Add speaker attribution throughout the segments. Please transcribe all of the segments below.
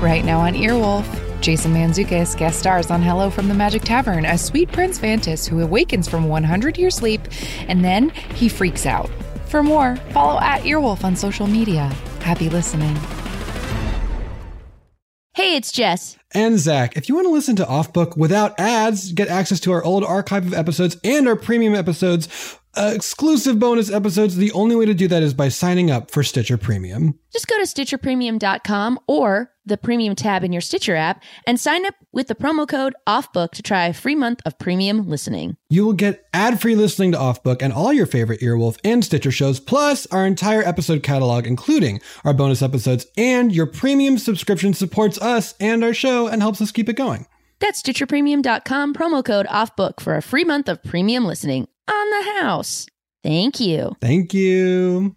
Speaker 1: Right now on Earwolf, Jason Manzukis guest stars on Hello from the Magic Tavern, a sweet Prince Vantis who awakens from 100 year sleep and then he freaks out. For more, follow at Earwolf on social media. Happy listening.
Speaker 2: Hey, it's Jess.
Speaker 3: And Zach, if you want to listen to Off Book without ads, get access to our old archive of episodes and our premium episodes, uh, exclusive bonus episodes. The only way to do that is by signing up for Stitcher Premium.
Speaker 2: Just go to StitcherPremium.com or the Premium tab in your Stitcher app and sign up with the promo code OFFBOOK to try a free month of premium listening.
Speaker 3: You will get ad free listening to Off Book and all your favorite Earwolf and Stitcher shows, plus our entire episode catalog, including our bonus episodes. And your premium subscription supports us and our show and helps us keep it going.
Speaker 2: That's StitcherPremium.com promo code OFFBOOK for a free month of premium listening on the house. Thank you.
Speaker 3: Thank you.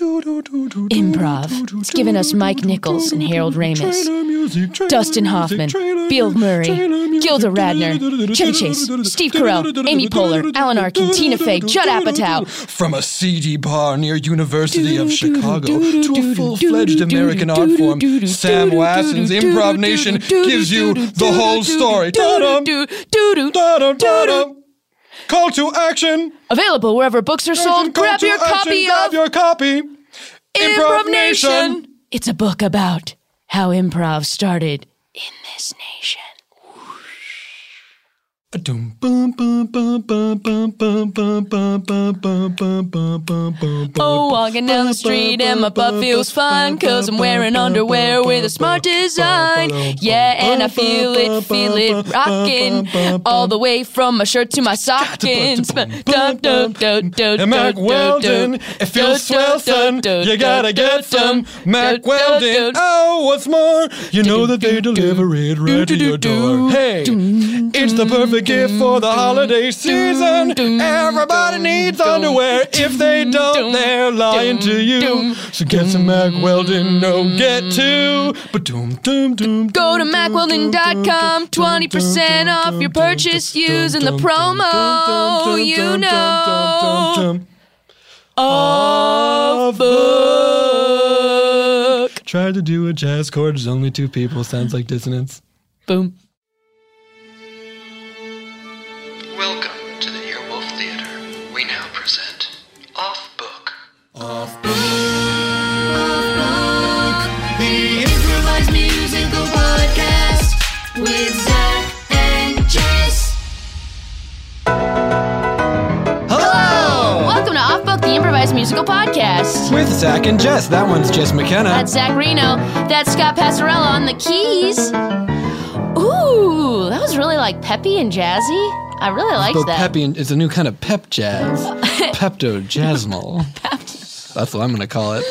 Speaker 4: Improv. It's given us Mike Nichols and Harold Ramis, Dustin Hoffman, Bill Murray, Gilda Radner, Chevy Chase, Steve Carell, Amy Poehler, Alan Arkin, Tina Fey, Judd Apatow.
Speaker 3: From a seedy bar near University of Chicago to a full-fledged American art form, Sam Watson's Improv Nation gives you the whole story. Ta-dum, ta-dum, ta-dum. Call to action.
Speaker 4: Available wherever books are sold.
Speaker 3: Call
Speaker 4: Grab
Speaker 3: to
Speaker 4: your
Speaker 3: action.
Speaker 4: copy
Speaker 3: Grab
Speaker 4: of
Speaker 3: your copy.
Speaker 4: Improv Nation. It's a book about how improv started in this nation.
Speaker 3: Oh,
Speaker 4: Oh, walking down the street and my butt feels fine Cause I'm wearing underwear with a smart design Yeah, and I feel it, feel it rocking All the way from my shirt to my stockings
Speaker 3: And Mac Weldon, it feels swell, son. You gotta get some Mac Weldon. Oh, what's more, you know that they deliver it right to your door. Hey, it's the perfect gift for the holiday season. Everybody needs underwear. If they don't, they're lying to you. So get some Mac Weldon. No, get two.
Speaker 4: Go to macweldon.com, 20% off your purchase using the promo, you know. Off book.
Speaker 3: Tried to do a jazz chord, there's only two people. Sounds like dissonance.
Speaker 4: Boom.
Speaker 5: Welcome to the Earwolf Theater. We now present Off Book.
Speaker 6: The improvised musical podcast with Zach and Jess.
Speaker 3: Hello!
Speaker 2: Welcome to Off Book, the improvised musical podcast.
Speaker 3: With Zach and Jess. That one's Jess McKenna.
Speaker 2: That's Zach Reno. That's Scott Passarella on the keys. Ooh, that was really like peppy and jazzy. I really liked
Speaker 3: Bo
Speaker 2: that.
Speaker 3: Peppy and it's a new kind of pep jazz. Pepto Jasmal. That's what I'm gonna call it.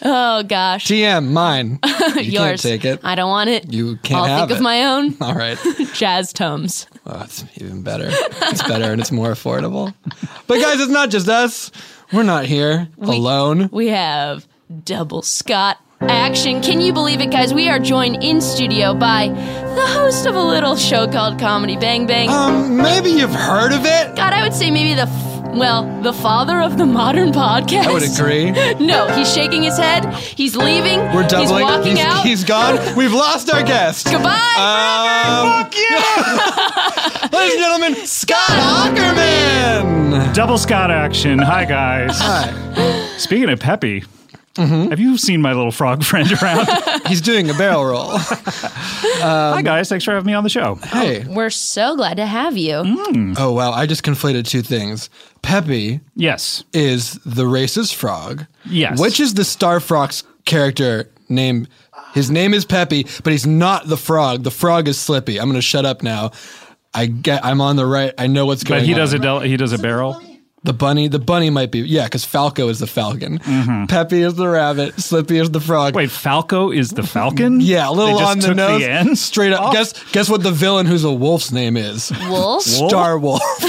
Speaker 2: Oh gosh,
Speaker 3: TM, mine. You
Speaker 2: yours.
Speaker 3: can't take it.
Speaker 2: I don't want it.
Speaker 3: You can't
Speaker 2: I'll
Speaker 3: have
Speaker 2: think
Speaker 3: it.
Speaker 2: of my own
Speaker 3: All right.
Speaker 2: jazz tums.
Speaker 3: Oh, it's even better. It's better and it's more affordable. But guys, it's not just us. We're not here alone.
Speaker 2: We have double Scott action. Can you believe it, guys? We are joined in studio by the host of a little show called Comedy Bang Bang.
Speaker 3: Um, maybe you've heard of it.
Speaker 2: God, I would say maybe the f- well, the father of the modern podcast.
Speaker 3: I would agree.
Speaker 2: No, he's shaking his head. He's leaving.
Speaker 3: We're doubling.
Speaker 2: He's walking
Speaker 3: he's,
Speaker 2: out.
Speaker 3: he's gone. We've lost our guest.
Speaker 7: Uh,
Speaker 2: Goodbye.
Speaker 3: Um, Fuck you! Ladies and gentlemen, Scott Ackerman!
Speaker 7: Double Scott action. Hi, guys. Speaking of Peppy,
Speaker 3: Mm-hmm.
Speaker 7: have you seen my little frog friend around?
Speaker 3: He's doing a barrel roll. Um,
Speaker 7: Hi, guys. Thanks for having me on the show.
Speaker 3: Hey.
Speaker 2: We're so glad to have you.
Speaker 7: Mm.
Speaker 3: Oh, wow. I just conflated two things. Peppy
Speaker 7: Yes.
Speaker 3: is the racist frog.
Speaker 7: Yes.
Speaker 3: Which is the Star Fox character named. His name is Peppy, but he's not the frog. The frog is Slippy. I'm going to shut up now. I get, I'm on the right. I know what's going
Speaker 7: But
Speaker 3: on.
Speaker 7: he does a del- he does a barrel.
Speaker 3: The bunny, the bunny might be, yeah, because Falco is the falcon. Peppy is the rabbit. Slippy is the frog.
Speaker 7: Mm-hmm. Wait, Falco is the Falcon?
Speaker 3: Yeah, a little
Speaker 7: They just
Speaker 3: on the
Speaker 7: took
Speaker 3: nose.
Speaker 7: The end? Oh.
Speaker 3: Straight up.
Speaker 7: Off?
Speaker 3: Guess guess what the villain who's a wolf's name is?
Speaker 2: Wolf.
Speaker 7: Wolf?
Speaker 3: Star Wolf.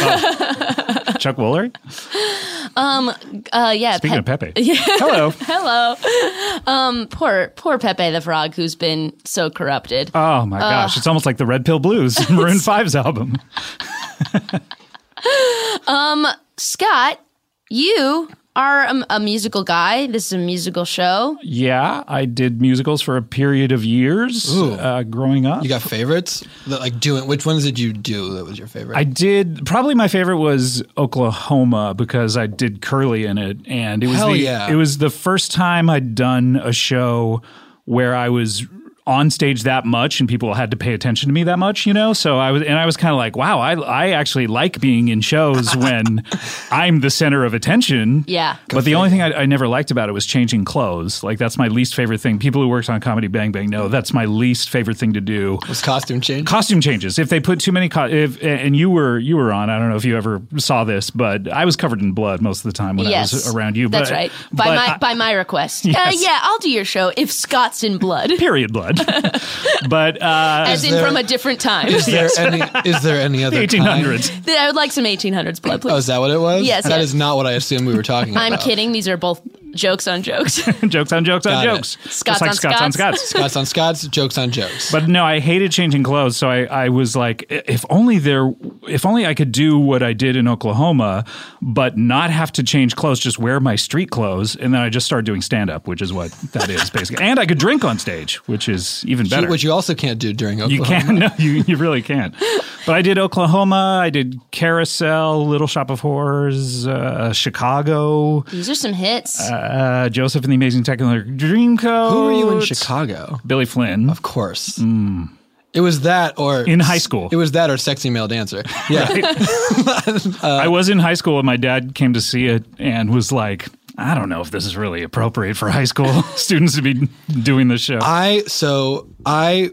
Speaker 7: Chuck Woolery.
Speaker 2: Uh, yeah.
Speaker 7: Speaking
Speaker 2: Pe-
Speaker 7: of Pepe. Hello.
Speaker 2: Hello. Um, poor poor Pepe the Frog, who's been so corrupted.
Speaker 7: Oh my
Speaker 3: Uh.
Speaker 7: gosh, it's almost like the Red Pill Blues, Maroon 5's album.
Speaker 2: Scott, you are um, a musical guy. This is a musical show.
Speaker 7: Yeah, I did musicals for a period of years uh, growing up.
Speaker 3: You got favorites? That, like doing which ones did you do that was your favorite?
Speaker 7: I did probably my favorite was Oklahoma because I did Curly in it, and it was
Speaker 3: Hell
Speaker 7: the
Speaker 3: yeah.
Speaker 7: it was the first time I'd done a show where I was on stage that much and people had to pay attention to me that much, you know. So I was and I was kind of like, wow, I I actually like being in shows when I'm the center of attention.
Speaker 2: Yeah.
Speaker 7: But the only thing I, I never liked about it was changing clothes. Like that's my least favorite thing. People who worked on Comedy Bang Bang know that's my least favorite thing to do
Speaker 3: was costume change.
Speaker 7: costume changes if they put too many co- if and you were you were on i don't know if you ever saw this but i was covered in blood most of the time when i
Speaker 2: yes,
Speaker 7: was around you
Speaker 2: That's
Speaker 7: but,
Speaker 2: right. By
Speaker 7: but
Speaker 2: my
Speaker 7: I-
Speaker 2: by my request. Uh,
Speaker 7: Yes.
Speaker 2: yeah, I'll do your show if Scott's in blood,
Speaker 7: period blood but uh
Speaker 2: as in
Speaker 3: there-
Speaker 2: from a different time.
Speaker 3: Is there any? Is there any other?
Speaker 7: the 1800s
Speaker 3: Time?
Speaker 2: I would like some 1800s blood, please.
Speaker 3: Oh, is that what it was?
Speaker 2: Yes,
Speaker 3: That is
Speaker 2: yes.
Speaker 3: not what I assumed we were talking
Speaker 7: Oh,
Speaker 3: about.
Speaker 2: I'm kidding. These are both jokes on jokes.
Speaker 7: jokes on jokes
Speaker 3: Got
Speaker 7: on
Speaker 3: it.
Speaker 7: jokes
Speaker 2: Scots
Speaker 7: Just like
Speaker 2: on
Speaker 7: scots on
Speaker 2: Scots.
Speaker 7: scots
Speaker 3: Scots on Scots, jokes on jokes.
Speaker 7: But no, I hated changing clothes, so I, I was like, "I- if only there, if only I could do what I did in Oklahoma, but not have to change clothes, just wear my street clothes, and then I just started doing stand up, which is what that is basically. And I could drink on stage, which is even better.
Speaker 3: Which you also can't do during
Speaker 7: you
Speaker 3: Oklahoma.
Speaker 7: can't, no, you, you really can't. But I did Oklahoma, I did Carousel, Little Shop of Horrors, uh, Chicago,
Speaker 2: These are some hits.
Speaker 7: uh, Joseph and the Amazing Technicolor Dreamcoat.
Speaker 3: Who were you in Chicago? Uh,
Speaker 7: Billy Flynn.
Speaker 3: Of course. It was that or
Speaker 7: Mm. In high school.
Speaker 3: It was that or sexy male dancer. Yeah.
Speaker 7: I was in high school and my dad came to see it and was like, I don't know if this is really appropriate for high school students to be doing this show.
Speaker 3: I so I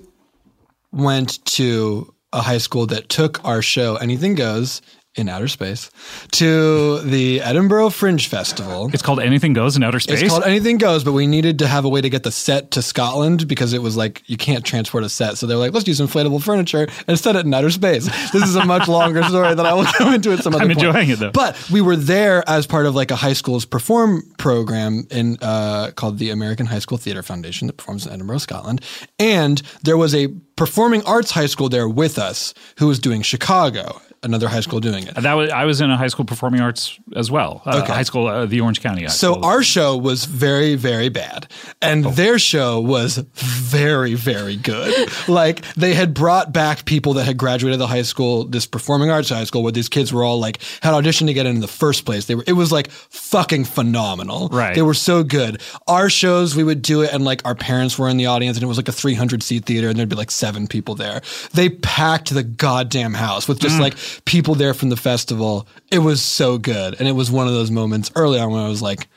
Speaker 3: went to a high school that took our show Anything Goes in Outer Space to the Edinburgh Fringe Festival.
Speaker 7: it's called Anything Goes in Outer Space.
Speaker 3: It's called Anything Goes, but we needed to have a way to get the set to Scotland because it was like you can't transport a set. So they were like, let's use inflatable furniture and set it in outer space. This is a much longer story that I will go into at some other
Speaker 7: I'm
Speaker 3: point.
Speaker 7: enjoying it, though.
Speaker 3: But we were there as part of like a high school's perform program in uh, called the American High School Theatre Foundation that performs in Edinburgh, Scotland. And there was a performing arts high school there with us who was doing Chicago, another high school doing it.
Speaker 7: that was I was in a high school performing arts as well. Uh,
Speaker 3: Okay.
Speaker 7: High school, uh, the Orange County. High
Speaker 3: So
Speaker 7: school.
Speaker 3: our show was very, very bad, and their show was very, very good. like they had brought back people that had graduated the high school, this performing arts high school, where these kids were all like had auditioned to get in in the first place. They were it was like fucking phenomenal.
Speaker 7: Right.
Speaker 3: They were so good. Our shows we would do it, and like our parents were in the audience, and it was like a 300 seat theater, and there'd be like seven people there. They packed the goddamn house with
Speaker 7: Mm.
Speaker 3: just like people there from the festival. It was so good, and it was one of those moments early on when I was like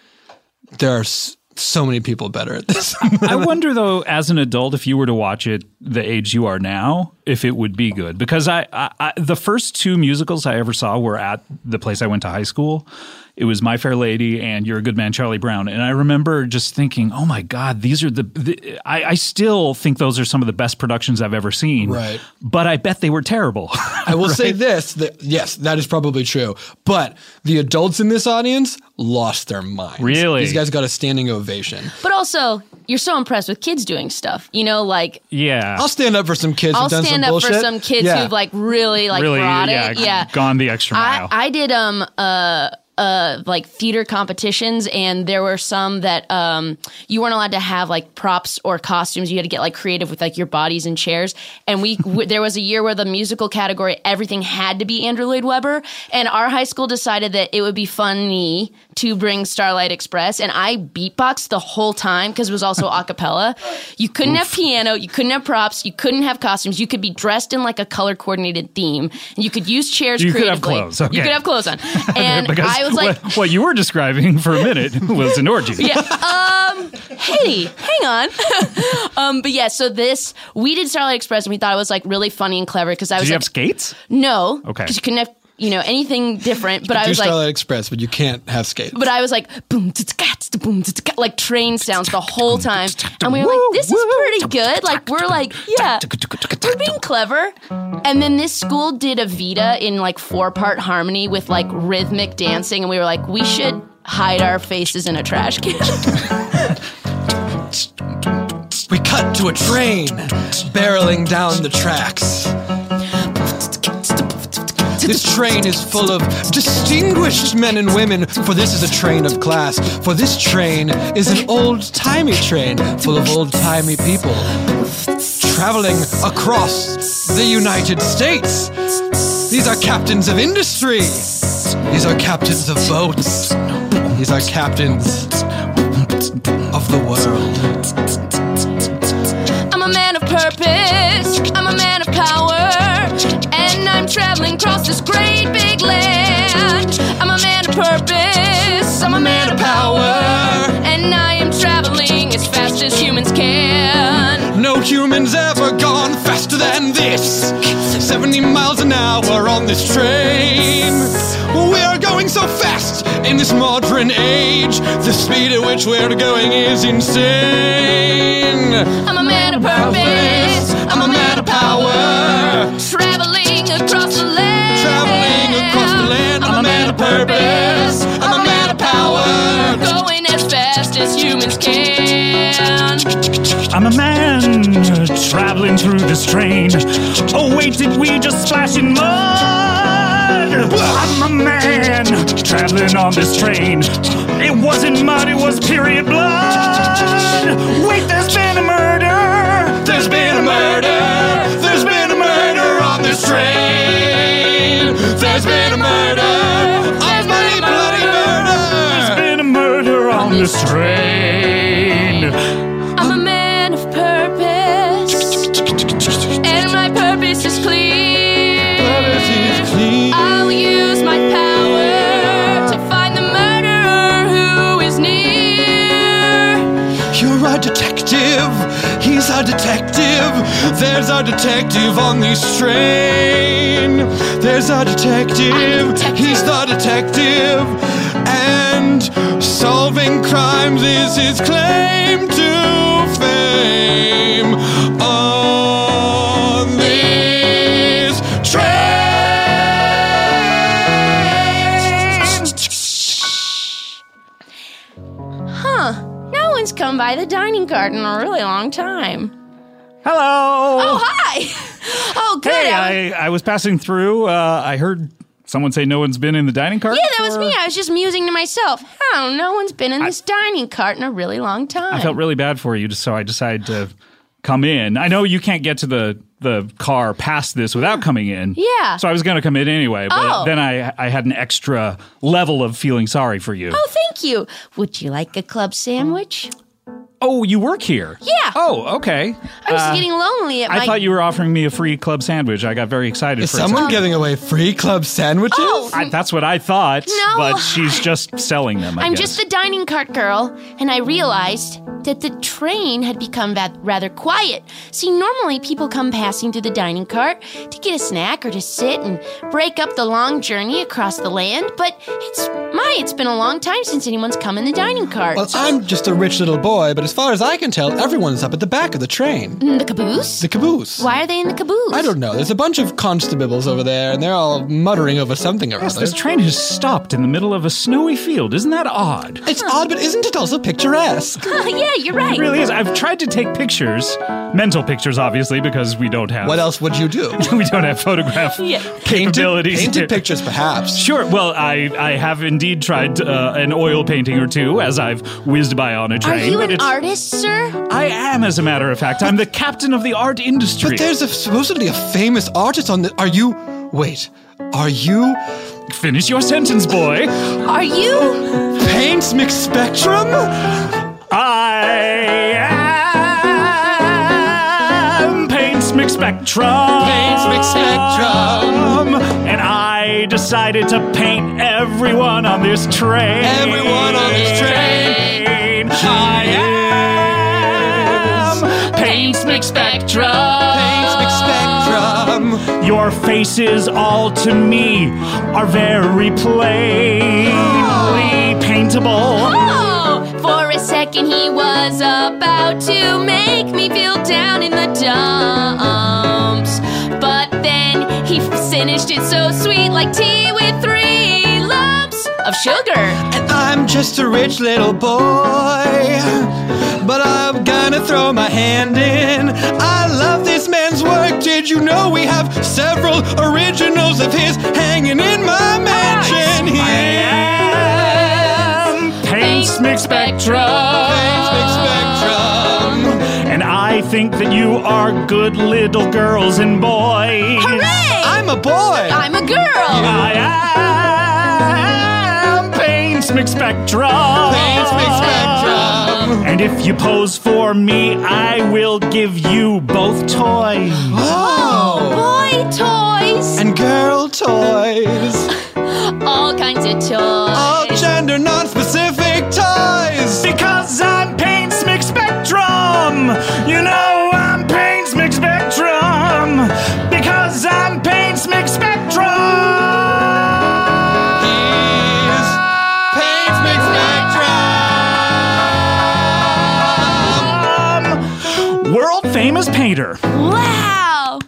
Speaker 3: there are s- so many people better at this.
Speaker 7: I wonder though, as an adult, if you were to watch it the age you are now, if it would be good. Because I, I, I the first two musicals I ever saw were at the place I went to high school. It was My Fair Lady and You're a Good Man, Charlie Brown. And I remember just thinking, oh my God, these are the, the I, I still think those are some of the best productions I've ever seen.
Speaker 3: Right.
Speaker 7: But I bet they were terrible.
Speaker 3: I will say this: that yes, that is probably true. But the adults in this audience lost their minds.
Speaker 7: Really?
Speaker 3: these guys got a standing ovation.
Speaker 2: but also, you're so impressed with kids doing stuff. You know, like
Speaker 7: yeah.
Speaker 3: I'll stand up for some kids.
Speaker 2: I'll
Speaker 3: who've done
Speaker 2: stand
Speaker 3: some
Speaker 2: up
Speaker 3: bullshit.
Speaker 2: for some kids
Speaker 3: Yeah.
Speaker 2: who've like really like
Speaker 7: really,
Speaker 2: brought
Speaker 7: yeah,
Speaker 2: it. Yeah.
Speaker 7: Gone the extra
Speaker 2: I,
Speaker 7: mile.
Speaker 2: I did um uh uh like theater competitions and there were some that um you weren't allowed to have like props or costumes you had to get like creative with like your bodies and chairs and we w- there was a year where the musical category everything had to be Andrew Lloyd Webber and our high school decided that it would be funny to bring Starlight Express and I beatboxed the whole time because it was also a cappella you couldn't have piano you couldn't have props you couldn't have costumes you could be dressed in like a color coordinated theme and you could use chairs
Speaker 7: You could have
Speaker 2: creatively.
Speaker 7: clothes, okay.
Speaker 2: You could have clothes on. And
Speaker 7: because
Speaker 2: I was like,
Speaker 7: what, what you were describing for a minute was an orgy.
Speaker 2: yeah, um, hey, hang on. um, but yeah, so this, we did Starlight Express and we thought it was like really funny and clever because I
Speaker 7: Did
Speaker 2: was
Speaker 7: you
Speaker 2: like,
Speaker 7: have skates?
Speaker 2: no.
Speaker 7: Okay.
Speaker 2: Because you couldn't have, you know, anything different. But I
Speaker 3: do
Speaker 2: was like,
Speaker 3: Starlight Express, but you can't have skates.
Speaker 2: but I was like boom ts-ts-cats, boom ts-ts-cat, like train sounds the whole time, and we were like, "This is pretty good." Like we're like, "Yeah, we're being clever." And then this school did a vita in like four part harmony with like rhythmic dancing, and we were like, "We should hide our faces in a trash can."
Speaker 3: we cut to a train barreling down the tracks. This train is full of distinguished men and women, for this is a train of class. For this train is an old timey train full of old timey people traveling across the United States. These are captains of industry. These are captains of boats. These are captains of the world.
Speaker 2: I'm a man of purpose. I'm a man of power. And I'm traveling across this great big land. I'm a man of purpose. I'm a man of power. And I am traveling as fast as humans can.
Speaker 3: No human's ever gone faster than this. 70 miles an hour on this train. We are going so fast in this modern age. The speed at which we're going is insane.
Speaker 2: I'm a man of purpose. I'm a man of power. Traveling across the land.
Speaker 3: Traveling across the land. I'm a man of purpose. I'm a man of power.
Speaker 2: Going as fast as humans can.
Speaker 8: I'm a man traveling through this train. Oh, wait, did we just splash in mud? I'm a man traveling on this train. It wasn't mud, it was period blood. Wait, there's been a murder.
Speaker 3: There's been a murder. There's been a murder on this train. There's been a murder. A bloody, bloody murder.
Speaker 8: Been a murder on this train.
Speaker 2: I'm a man of purpose. And my purpose is clear. I'll use my power to find the murderer who is near.
Speaker 3: You're a detective. He's a detective. There's a detective on this train. There's a detective. He's the detective. And solving crimes is his claim to fame. On this train.
Speaker 2: Huh. No one's come by the dining card in a really long time.
Speaker 8: Hello.
Speaker 2: Oh, hi. Oh, good.
Speaker 8: hey,
Speaker 2: I was-
Speaker 8: I, I was passing through. Uh, I heard someone say no one's been in the dining cart.
Speaker 2: yeah, that was
Speaker 8: for-
Speaker 2: me. I was just musing to myself. How no one's been in this dining cart in a really long time.
Speaker 7: I felt really bad for you, just so I decided to come in. I know you can't get to the the car past this without coming in.
Speaker 2: Yeah.
Speaker 7: So I was going to come in anyway, but
Speaker 2: Oh.
Speaker 7: then I I had an extra level of feeling sorry for you.
Speaker 2: oh, thank you. Would you like a club sandwich?
Speaker 7: Oh, you work here?
Speaker 2: Yeah.
Speaker 7: Oh, okay.
Speaker 2: I was getting lonely at
Speaker 7: I
Speaker 2: my.
Speaker 7: thought you were offering me a free club sandwich. I got very excited
Speaker 3: Is
Speaker 7: for a
Speaker 2: Um,
Speaker 3: someone
Speaker 7: second.
Speaker 3: giving away free club sandwiches?
Speaker 2: Oh,
Speaker 7: I, that's what I thought,
Speaker 2: No.
Speaker 7: but she's just selling them. I
Speaker 2: I'm
Speaker 7: guess.
Speaker 2: just the dining cart girl, and I realized that the train had become va- rather quiet. See, normally people come passing through the dining cart to get a snack or to sit and break up the long journey across the land, but it's my, it's been a long time since anyone's come in the dining cart.
Speaker 3: Well, I'm just a rich little boy, but as far as I can tell, everyone's up at the back of the train.
Speaker 2: in the caboose?
Speaker 3: The caboose.
Speaker 2: Why are they in the caboose?
Speaker 3: I don't know. There's a bunch of constables over there, and they're all muttering over something or other.
Speaker 7: This train has stopped in the middle of a snowy field. Isn't that odd?
Speaker 3: It's odd, but isn't it also picturesque?
Speaker 2: yeah, you're right.
Speaker 7: It really is. I've tried to take pictures, mental pictures, obviously, because we don't have
Speaker 3: What else would you do?
Speaker 7: we don't have photograph
Speaker 2: Yeah.
Speaker 3: Painted,
Speaker 7: capabilities.
Speaker 3: painted
Speaker 7: to-
Speaker 3: pictures, perhaps.
Speaker 7: Sure. Well, I, I have indeed tried uh, an oil painting or two as I've whizzed by on a
Speaker 2: Are
Speaker 7: train.
Speaker 2: you
Speaker 7: but
Speaker 2: an
Speaker 7: it's-
Speaker 2: artist, sir?
Speaker 7: I am, as a matter of fact. I'm the captain of the art industry.
Speaker 3: But there's a, supposedly a famous artist on the. Are you? Wait, are you
Speaker 7: Finish your sentence, boy.
Speaker 2: Are you?
Speaker 3: Paint
Speaker 7: Uh,
Speaker 3: McSpectrum?
Speaker 7: I am Paints McSpectrum.
Speaker 3: Paints McSpectrum.
Speaker 7: And I decided to paint everyone on this train.
Speaker 3: Everyone on this
Speaker 7: train. I am Paints
Speaker 3: Paint
Speaker 7: McSpectrum.
Speaker 3: McSpectrum.
Speaker 7: Your faces all to me are very plainly paintable.
Speaker 2: Oh, for a second he was about to make me feel down in the dumps. But then he finished it so sweet, like tea with three lumps of sugar.
Speaker 3: And I'm just a rich little boy, but I'm gonna throw my hand in. I love this man's work. Did Did you know we have several originals of his hanging in my mansion here?
Speaker 8: Paints Mix Spectrum.
Speaker 3: Big Spectrum.
Speaker 8: And I think that you are good little girls and boys.
Speaker 3: I'm a boy.
Speaker 2: I'm a girl.
Speaker 8: I am Paints Mix Spectrum.
Speaker 3: Thanks, Big Spectrum.
Speaker 8: And if you pose for me, I will give you both toys.
Speaker 3: Oh.
Speaker 2: Boy toys.
Speaker 3: And girl toys.
Speaker 2: All kinds of toys.
Speaker 3: All
Speaker 8: Oh,
Speaker 3: gender non-specific toys.
Speaker 8: Because I'm Pain Smick Spectrum. You know I'm Pain Smick Spectrum. Because I'm Pain Smick Spectrum.
Speaker 3: He's Paints Big Spectrum.
Speaker 8: World famous painter.
Speaker 2: wow.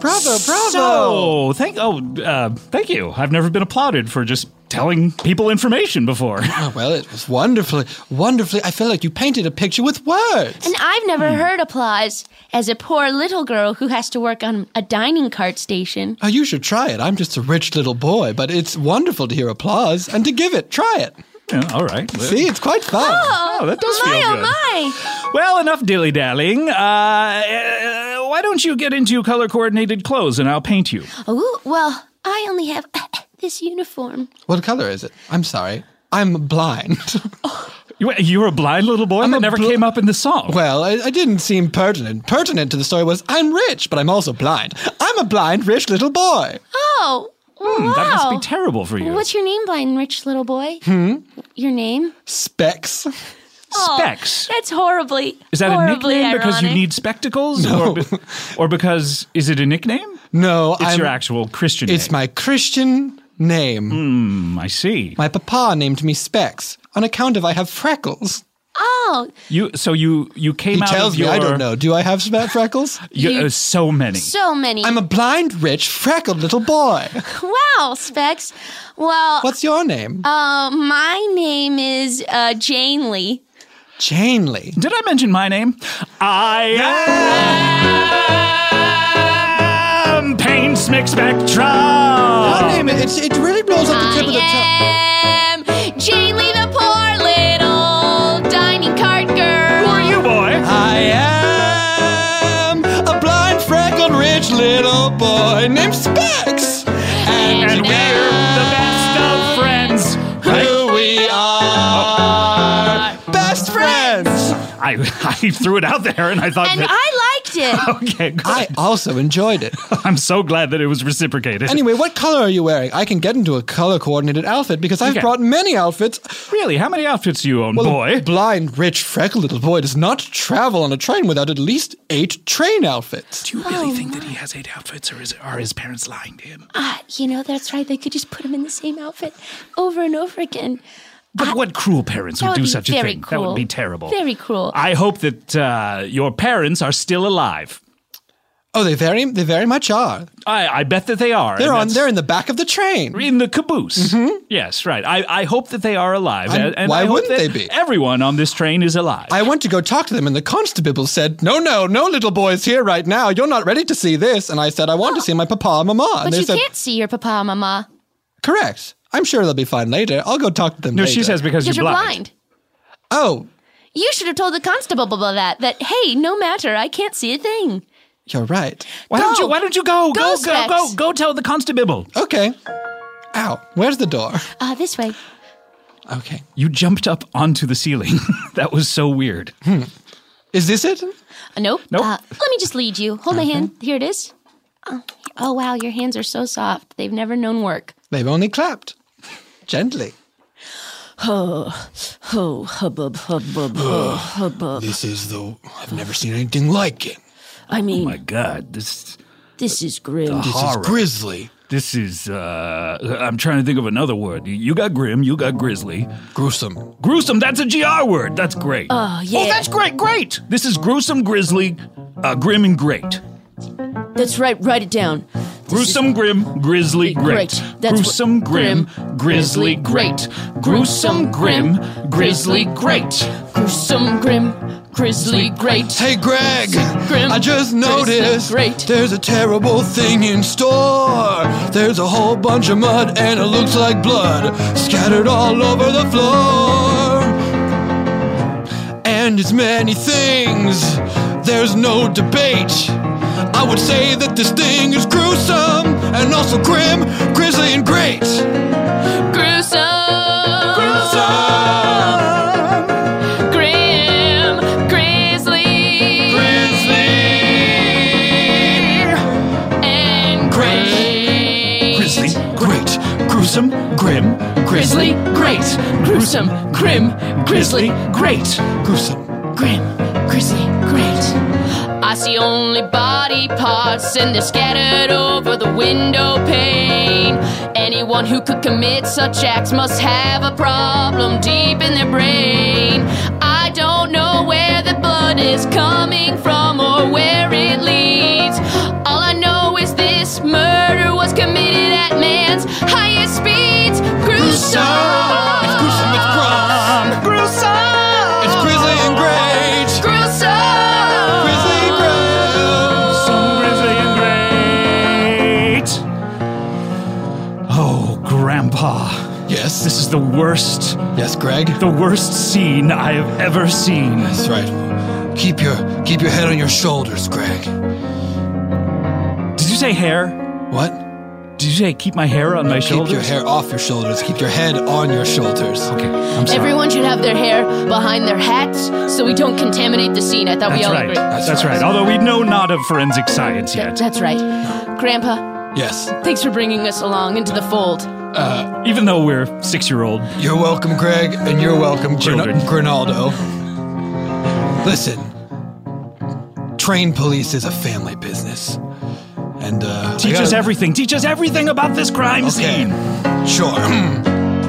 Speaker 3: Bravo, bravo.
Speaker 8: So thank oh uh, thank you. I've never been applauded for just telling people information before.
Speaker 3: Oh, well, it was wonderfully, wonderfully. I feel like you painted a picture with words.
Speaker 2: And I've never heard applause as a poor little girl who has to work on a dining cart station.
Speaker 3: Oh, you should try it. I'm just a rich little boy, but it's wonderful to hear applause and to give it. Try it.
Speaker 8: Yeah, all right.
Speaker 3: See, it's quite fun.
Speaker 8: Oh, that does
Speaker 2: my
Speaker 8: feel
Speaker 2: oh
Speaker 8: good.
Speaker 2: my!
Speaker 8: Well, enough dilly dallying. Uh, uh, why don't you get into color coordinated clothes and I'll paint you?
Speaker 2: Ooh, well, I only have this uniform.
Speaker 3: What color is it? I'm sorry. I'm blind.
Speaker 8: You, you were a blind little boy
Speaker 3: I'm
Speaker 8: that
Speaker 3: a
Speaker 8: never
Speaker 3: bl-
Speaker 8: came up in the song.
Speaker 3: well, I, I didn't seem pertinent. Pertinent to the story was I'm rich, but I'm also blind. I'm a blind, rich little boy.
Speaker 2: Oh, wow!
Speaker 8: Hmm, that must be terrible for you.
Speaker 2: What's your name, blind rich little boy? Hmm. Your name?
Speaker 3: Specs.
Speaker 8: Oh, Specs.
Speaker 2: That's horribly.
Speaker 8: Is that a
Speaker 2: oh. horribly
Speaker 8: nickname because you
Speaker 2: ironic.
Speaker 8: need spectacles? Or, be- or because, is it a nickname?
Speaker 3: No,
Speaker 8: It's
Speaker 3: I'm.
Speaker 8: your actual Christian
Speaker 3: it's
Speaker 8: name.
Speaker 3: my Christian name.
Speaker 8: I see.
Speaker 3: My papa named me Specs on account of I have freckles.
Speaker 2: Oh,
Speaker 8: you so you you came
Speaker 3: He
Speaker 8: out
Speaker 3: tells
Speaker 8: of
Speaker 3: me
Speaker 8: your
Speaker 3: I don't know. Do I have spe- freckles?
Speaker 8: you-
Speaker 2: You-
Speaker 8: uh, so many.
Speaker 2: so many.
Speaker 3: I'm a blind, rich, freckled little boy.
Speaker 2: wow, Specs. Well,
Speaker 3: What's your name?
Speaker 2: uh, my name is uh, Jane Lee.
Speaker 3: Jane Lee.
Speaker 8: Did I mention my name? I am Pain Smick
Speaker 3: Her
Speaker 8: Spectrum.
Speaker 3: name, it, it really rolls off the tip of the tongue.
Speaker 2: I am Jane Lee, the poor little dining cart girl.
Speaker 8: Who are you, boy?
Speaker 3: I am a blind, freckled, rich little boy named Specs. And,
Speaker 8: And we're the best of friends.
Speaker 3: who we are.
Speaker 8: Oh.
Speaker 3: Best friends.
Speaker 8: I, I threw it out there and I thought
Speaker 2: And
Speaker 8: that.
Speaker 2: I liked it.
Speaker 8: okay, good.
Speaker 3: I also enjoyed it.
Speaker 8: I'm so glad that it was reciprocated.
Speaker 3: Anyway, what color are you wearing? I can get into a color coordinated outfit because I've
Speaker 8: Okay.
Speaker 3: brought many outfits.
Speaker 8: really, how many outfits do you own,
Speaker 3: Well, a
Speaker 8: boy?
Speaker 3: blind, rich, freckled little boy does not travel on a train without at least eight train outfits.
Speaker 7: Do you really think that
Speaker 2: uh,
Speaker 7: he has eight outfits, or is, are his parents lying to him?
Speaker 2: Ah, you know, that's right. They could just put him in the same outfit over and over again.
Speaker 7: But what cruel parents
Speaker 2: that
Speaker 7: would
Speaker 2: would
Speaker 7: do
Speaker 2: be
Speaker 7: such a
Speaker 2: very
Speaker 7: thing? That
Speaker 2: cruel.
Speaker 7: would be terrible.
Speaker 2: Very cruel.
Speaker 7: I hope that uh, your parents are still alive.
Speaker 3: Oh, they very, they very much are.
Speaker 7: I, I bet that they are.
Speaker 3: They're
Speaker 7: and
Speaker 3: on.
Speaker 7: that's
Speaker 3: They're in the back of the train.
Speaker 7: in the caboose. Yes, right. I, I hope that they are alive.
Speaker 3: I'm-
Speaker 7: and- and
Speaker 3: why
Speaker 7: I hope
Speaker 3: wouldn't
Speaker 7: that
Speaker 3: they be?
Speaker 7: Everyone on this train is alive.
Speaker 3: I went to go talk to them, and the constable said, "No, no, no, little boy is here right now. You're not ready to see this." And I said, "I want to see my papa and mama." And
Speaker 2: But
Speaker 3: they
Speaker 2: you
Speaker 3: said,
Speaker 2: can't see your papa, and mama,
Speaker 3: "Correct. I'm sure they'll be fine later. I'll go talk to them."
Speaker 7: no,
Speaker 3: later.
Speaker 7: she says because
Speaker 2: because
Speaker 7: you're
Speaker 2: you're
Speaker 7: blind.
Speaker 2: blind.
Speaker 3: "Oh,
Speaker 2: You should have told the constable blah, blah, that that hey, no matter, I can't see a thing.
Speaker 3: you're right.
Speaker 7: Why don't you? Why don't you go?
Speaker 2: Go,
Speaker 7: Go, go, go,
Speaker 2: Specs.
Speaker 7: go! Tell the constable.
Speaker 3: Okay. Ow. Where's the door?
Speaker 2: Ah, this way.
Speaker 3: Okay.
Speaker 7: You jumped up onto the ceiling. that was so weird.
Speaker 3: Is this it?
Speaker 2: Uh, nope.
Speaker 7: Nope.
Speaker 2: Uh, let me just lead you. Hold my hand. Here it is. Oh, oh wow, your hands are so soft. They've never known work.
Speaker 3: They've only clapped gently."
Speaker 4: Oh, hubbub, hubbub, oh, hubbub.
Speaker 3: This is the I've never seen anything like it.
Speaker 4: I mean,
Speaker 7: My God, this
Speaker 4: this is grim.
Speaker 3: This
Speaker 7: horror.
Speaker 3: is grizzly,
Speaker 7: this is. Uh, I'm trying to think of another word. You got grim. You got grizzly.
Speaker 3: gruesome.
Speaker 7: Gruesome. That's a gr word. That's great.
Speaker 4: Oh, yeah.
Speaker 7: Oh, that's great. Great. This is gruesome, grizzly, uh, grim, and great.
Speaker 4: That's right. Write it down.
Speaker 7: Gruesome, grim, grizzly,
Speaker 4: Great.
Speaker 7: great.
Speaker 4: That's what-
Speaker 7: Gruesome, grim, grizzly, great. Gruesome, grim, grizzly, great.
Speaker 4: Gruesome, grim,
Speaker 9: Grizzly Great.
Speaker 3: Hey Greg,
Speaker 9: Grim.
Speaker 3: I just noticed
Speaker 9: Great.
Speaker 3: there's a terrible thing in store. There's a whole bunch of mud and it looks like blood scattered all over the floor. And it's many things, there's no debate. I would say that this thing is gruesome and also grim, grisly, and great.
Speaker 9: Gruesome.
Speaker 3: Gruesome,
Speaker 9: Grim. Grizzly.
Speaker 3: grisly,
Speaker 9: And great.
Speaker 3: Grizzly, great, gruesome, grim, grizzly,
Speaker 9: Grizzly, great. Gruesome. Grim. Grizzly. Great.
Speaker 3: gruesome.
Speaker 9: Grim. Grizzly. Great. I see only body parts and they're scattered over the window pane. Anyone who could commit such acts must have a problem deep in their brain. I don't know where the blood is coming from or where it leads. All I know is this murder was committed at man's highest speeds.
Speaker 3: Gruesome, it's gruesome, it's gross.
Speaker 9: Gruesome.
Speaker 3: It's grizzly and great,
Speaker 9: Gruesome.
Speaker 3: grizzly, gross.
Speaker 7: Grizzly and Great.
Speaker 2: Oh, Grandpa. This
Speaker 3: Yes,
Speaker 2: is the worst,
Speaker 3: yes, Greg.
Speaker 2: the worst scene I have ever seen.
Speaker 3: That's right. Keep your keep your head on your shoulders, Greg.
Speaker 2: Did you say hair?
Speaker 3: What?
Speaker 2: Did you say keep my hair on my
Speaker 3: Keep your
Speaker 2: shoulders?
Speaker 3: hair off your shoulders. Keep your head on your shoulders.
Speaker 2: Okay, I'm sorry.
Speaker 9: Everyone should have their hair behind their hats so we don't contaminate the scene. I thought we
Speaker 2: That's
Speaker 9: all
Speaker 2: right.
Speaker 9: agreed.
Speaker 2: That's, right. Although we know not of forensic science yet.
Speaker 9: That's right. Grandpa,
Speaker 3: Yes.
Speaker 9: thanks for bringing us along into the fold.
Speaker 2: Even though we're six-year-old.
Speaker 3: You're welcome, Greg, and you're welcome, Grin-
Speaker 2: Children.
Speaker 3: Grinaldo. Listen, train police is a family business, and uh, I
Speaker 2: Teach us
Speaker 3: gotta-
Speaker 2: everything. Teach us everything about this crime
Speaker 3: Okay.
Speaker 2: scene.
Speaker 3: Sure.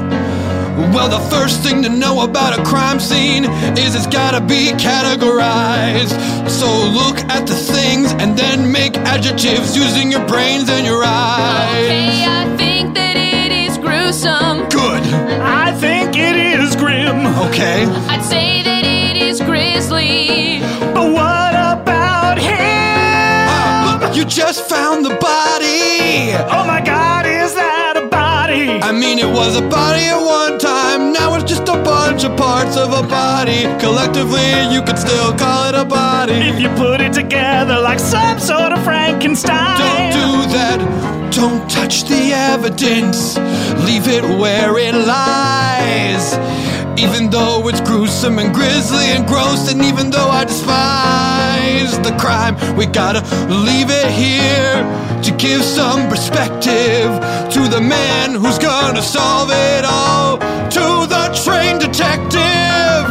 Speaker 3: well, the first thing to know about a crime scene is it's gotta be categorized. So look at the things and then make adjectives using your brains and your eyes.
Speaker 9: Hey, I think that it is gruesome.
Speaker 3: Good.
Speaker 7: I think it is grim.
Speaker 3: Okay.
Speaker 9: I'd say that it is grisly.
Speaker 7: But what about him?
Speaker 3: Ah, look, you just found the body.
Speaker 7: Oh my god, is that a body?
Speaker 3: I mean, it was a body at one time. Now it's just a bunch of parts of a body. Collectively, you could still call it a body.
Speaker 7: If you put it together like some sort of Frankenstein.
Speaker 3: Don't do that. Don't touch the evidence. Leave it where it lies. Even though it's gruesome and grisly and gross, and even though I despise the crime, we gotta leave it here to give some perspective to the man who's gonna solve it all. To the train detective.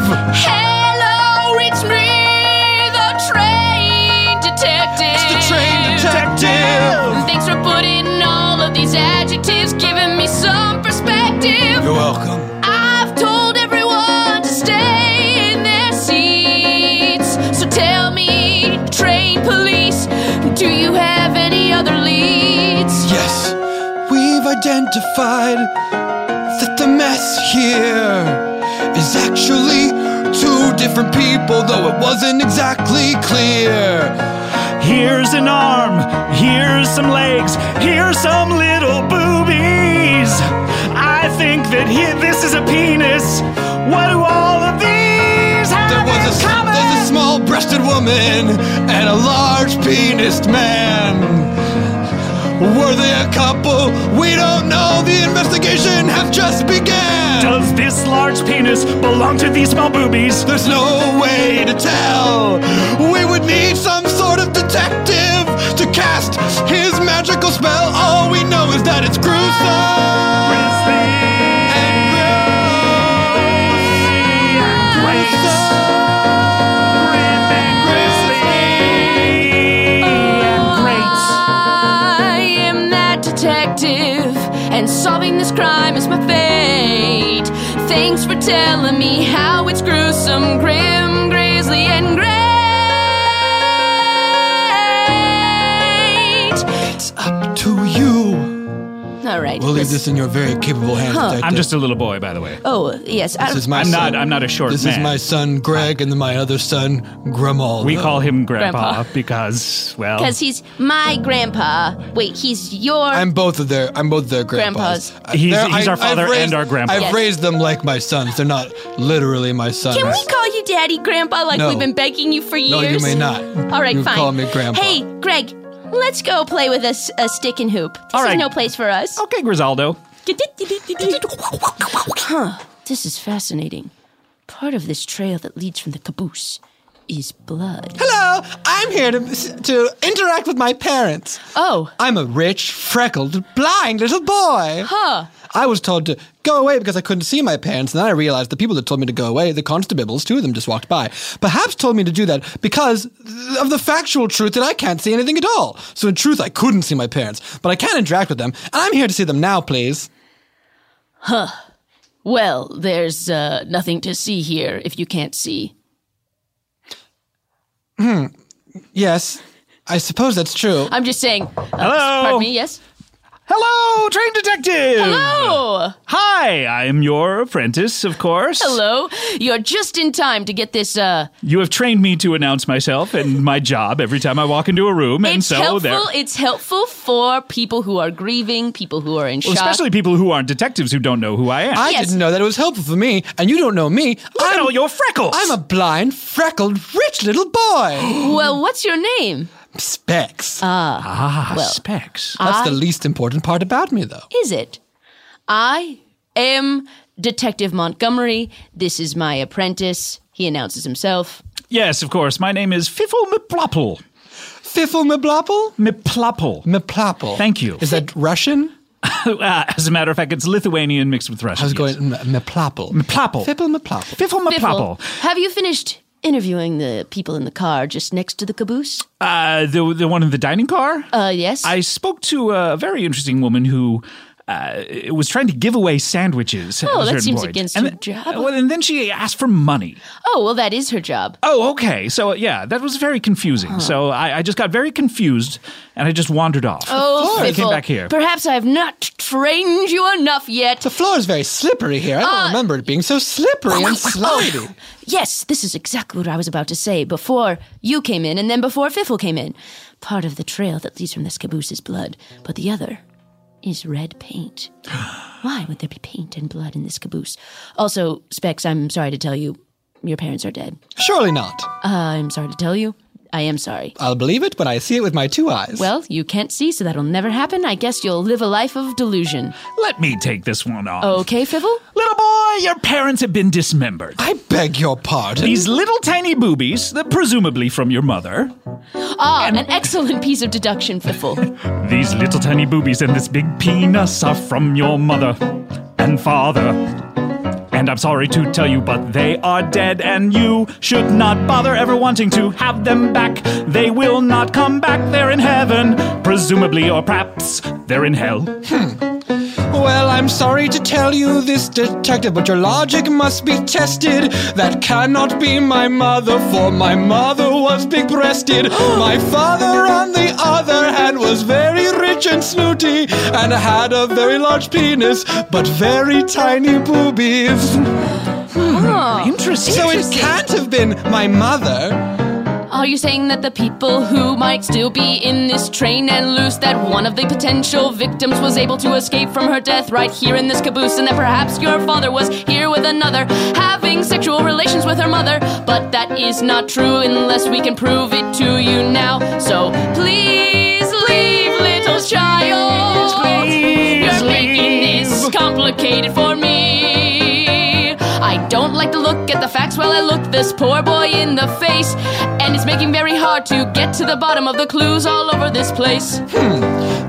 Speaker 9: Hello, it's me, the train detective.
Speaker 3: It's the train detective.
Speaker 9: Thanks for putting all of these adjectives, giving me some perspective.
Speaker 3: You're welcome.
Speaker 9: I've told everyone to stay in their seats. So tell me, train police, do you have any other leads?
Speaker 3: Yes, we've identified that the mess here is actually two different people, though it wasn't exactly clear.
Speaker 7: Here's an arm, here's some legs, here's some little boobies. I think that he, this is a penis. What do all of these have
Speaker 3: There was
Speaker 7: in
Speaker 3: a, s-
Speaker 7: common?
Speaker 3: there's a small breasted woman and a large penised man. Were they a couple? We don't know. The investigation has just began.
Speaker 7: Does this large penis belong to these small boobies?
Speaker 3: There's no way to tell. We would need some sort of detective to cast his magical spell. All we know is that it's gruesome.
Speaker 9: I am that detective, and solving this crime is my fate. Thanks for telling me how it's gruesome, grim, grisly, and great.
Speaker 3: It's up to you.
Speaker 9: All right.
Speaker 3: We'll leave this in your very capable hands. detective.
Speaker 7: I'm just a little boy, by the way.
Speaker 2: Oh yes, I
Speaker 3: This is
Speaker 2: don't,
Speaker 3: my
Speaker 7: I'm
Speaker 3: son.
Speaker 7: not. I'm not a short
Speaker 3: This
Speaker 7: man.
Speaker 3: is my son Greg, and then my other son Grimaldo.
Speaker 7: we call him Grandpa,
Speaker 2: Grandpa.
Speaker 7: because well,
Speaker 2: because he's my grandpa. Wait, he's your.
Speaker 3: I'm both of their. I'm both their grandpas.
Speaker 2: Grandpas.
Speaker 3: I-
Speaker 7: He's-
Speaker 3: they're-
Speaker 7: he's our father
Speaker 3: I've raised,
Speaker 7: and our grandpa.
Speaker 3: I've
Speaker 2: Yes.
Speaker 3: raised them like my sons. They're not literally my sons.
Speaker 2: Can we call you Daddy Grandpa like
Speaker 3: No.
Speaker 2: we've been begging you for years?
Speaker 3: No, you may not.
Speaker 2: All right,
Speaker 3: You
Speaker 2: fine.
Speaker 3: call me Grandpa.
Speaker 2: Hey, Greg, let's go play with a, s- a stick and hoop. This
Speaker 7: All
Speaker 2: is
Speaker 7: right. Oh,
Speaker 2: no place for us.
Speaker 7: okay, Grisaldo.
Speaker 2: Huh. This is fascinating. Part of this trail that leads from the caboose is blood.
Speaker 3: Hello, I'm here to to interact with my parents.
Speaker 2: Oh,
Speaker 3: I'm a rich, freckled, blind little boy.
Speaker 2: huh.
Speaker 3: I was told to go away because I couldn't see my parents, and then I realized the people that told me to go away, the constables, two of them just walked by, perhaps told me to do that because of the factual truth that I can't see anything at all. So in truth, I couldn't see my parents, but I can interact with them, and I'm here to see them now, please.
Speaker 2: Well, there's uh, nothing to see here if you can't see.
Speaker 3: Yes, I suppose that's true.
Speaker 2: I'm just saying. uh,
Speaker 7: Hello.
Speaker 2: Pardon me, yes?
Speaker 7: Hello, train detective.
Speaker 2: Hello!
Speaker 7: Hi, I am your apprentice, of course.
Speaker 2: Hello. You're just in time to get this, uh,
Speaker 7: You have trained me to announce myself and my job every time I walk into a room, and
Speaker 2: it's
Speaker 7: so
Speaker 2: helpful.
Speaker 7: there.
Speaker 2: It's helpful for people who are grieving, people who are in
Speaker 7: Well,
Speaker 2: shock.
Speaker 7: especially people who aren't detectives who don't know who I am.
Speaker 3: I
Speaker 2: yes.
Speaker 3: didn't know that it was helpful for me, and you don't know me.
Speaker 7: Look
Speaker 3: I'm,
Speaker 7: at all your freckles.
Speaker 3: I'm a blind, freckled, rich little boy. Uh,
Speaker 2: well, what's your name?
Speaker 3: Specs.
Speaker 7: ah,
Speaker 2: well, uh,
Speaker 7: specs.
Speaker 3: that's the least important part about me, though.
Speaker 2: Is it? I am Detective Montgomery. This is my apprentice. He announces himself.
Speaker 7: yes, of course. My name is Fiffle Miplopple.
Speaker 3: Fiffle meblopple?
Speaker 7: Miplopple.
Speaker 3: Meplopple.
Speaker 7: Thank you.
Speaker 3: Is that Russian?
Speaker 7: Uh, as a matter of fact, it's Lithuanian mixed with Russian.
Speaker 3: I was
Speaker 7: yes.
Speaker 3: going m- meplopple.
Speaker 7: Meplopple.
Speaker 3: Fiffle meplopple.
Speaker 7: Fiffle Miplopple.
Speaker 2: Biffle, have you finished interviewing the people in the car just next to the caboose?
Speaker 7: Uh, the, the one in the dining car?
Speaker 2: Uh, yes.
Speaker 7: I spoke to a very interesting woman who uh, was trying to give away sandwiches. at
Speaker 2: Oh,
Speaker 7: a
Speaker 2: that
Speaker 7: certain
Speaker 2: seems
Speaker 7: point.
Speaker 2: against
Speaker 7: and
Speaker 2: your job.
Speaker 7: Well, and then she asked for money.
Speaker 2: oh, well, that is her job.
Speaker 7: Oh, okay. So yeah, that was very confusing. So I, I just got very confused, and I just wandered off.
Speaker 2: Oh,
Speaker 7: I came
Speaker 2: Biffle,
Speaker 7: back here.
Speaker 2: Perhaps I have not trained you enough yet.
Speaker 3: The floor is very slippery here. I don't remember it being so slippery and slidey.
Speaker 2: Yes, this is exactly what I was about to say before you came in and then before Fiffle came in. Part of the trail that leads from this caboose is blood, but the other is red paint. Why would there be paint and blood in this caboose? Also, Specs, I'm sorry to tell you, your parents are dead. Uh,
Speaker 3: Surely not.
Speaker 2: I'm sorry to tell you. I am sorry.
Speaker 3: I'll believe it when I see it with my two eyes.
Speaker 2: Well, you can't see, so that'll never happen. I guess you'll live a life of delusion.
Speaker 7: Let me take this one off.
Speaker 2: Okay, Fiffle?
Speaker 7: Little boy, your parents have been dismembered.
Speaker 3: I beg your pardon.
Speaker 7: These little tiny boobies, that presumably from your mother,
Speaker 2: Ah, an excellent piece of deduction, Fiffle.
Speaker 7: these little tiny boobies and this big penis are from your mother and father. And I'm sorry to tell you, but they are dead, and you should not bother ever wanting to have them back. They will not come back. They're in heaven, presumably, or perhaps they're in hell.
Speaker 3: Well, I'm sorry to tell you this, detective, but your logic must be tested. That cannot be my mother, for my mother was big breasted. my father, on the other hand, was very rich and snooty, and had a very large penis, but very tiny boobies.
Speaker 7: Interesting.
Speaker 3: So it can't have been my mother.
Speaker 2: Are you saying that the people who might still be in this train and loose, that one of the potential victims was able to escape from her death right here in this caboose, and that perhaps your father was here with another, having sexual relations with her mother? But that is not true unless we can prove it to you now. So please leave, little child. You're making this complicated for me. I don't like to look at the facts while I look this poor boy in the face, and it's making very hard to get to the bottom of the clues all over this place.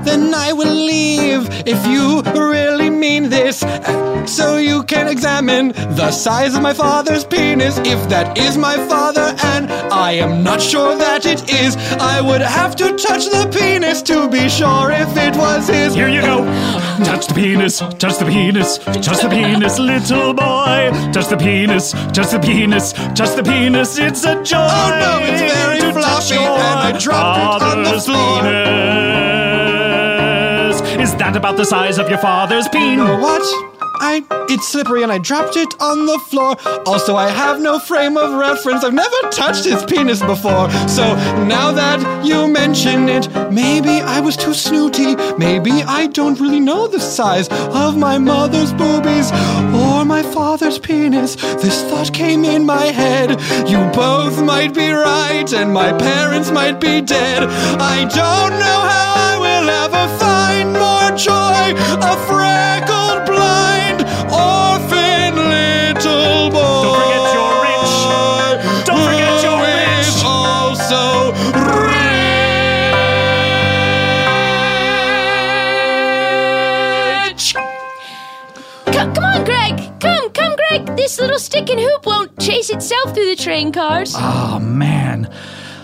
Speaker 3: Then I will leave if you really mean this. So you can examine the size of my father's penis. If that is my father, and I am not sure that it is, I would have to touch the penis to be sure if it was his.
Speaker 7: Here you go. Touch the penis, touch the penis, touch the penis, little boy. Touch the penis, touch the penis, touch the penis. It's a joy.
Speaker 3: Oh, no, it's very
Speaker 7: to touch
Speaker 3: floppy,
Speaker 7: your
Speaker 3: and I dropped it on the
Speaker 7: father's
Speaker 3: floor.
Speaker 7: penis.
Speaker 8: Is that about the size of your father's
Speaker 3: Oh,
Speaker 8: peen?
Speaker 3: what? I it's slippery and I dropped it on the floor. Also, I have no frame of reference. I've never touched his penis before. So now that you mention it, maybe I was too snooty. Maybe I don't really know the size of my mother's boobies or my father's penis. This thought came in my head. You both might be right, and my parents might be dead. I don't know how I will ever find more joy. A freckled, blind, orphan little boy.
Speaker 8: Don't forget you're rich. Don't forget
Speaker 3: who
Speaker 8: you're
Speaker 3: is
Speaker 8: rich.
Speaker 3: Also rich.
Speaker 2: Come, come on, Greg. Come, come, Greg. This little stick and hoop won't chase itself through the train cars.
Speaker 7: Oh man,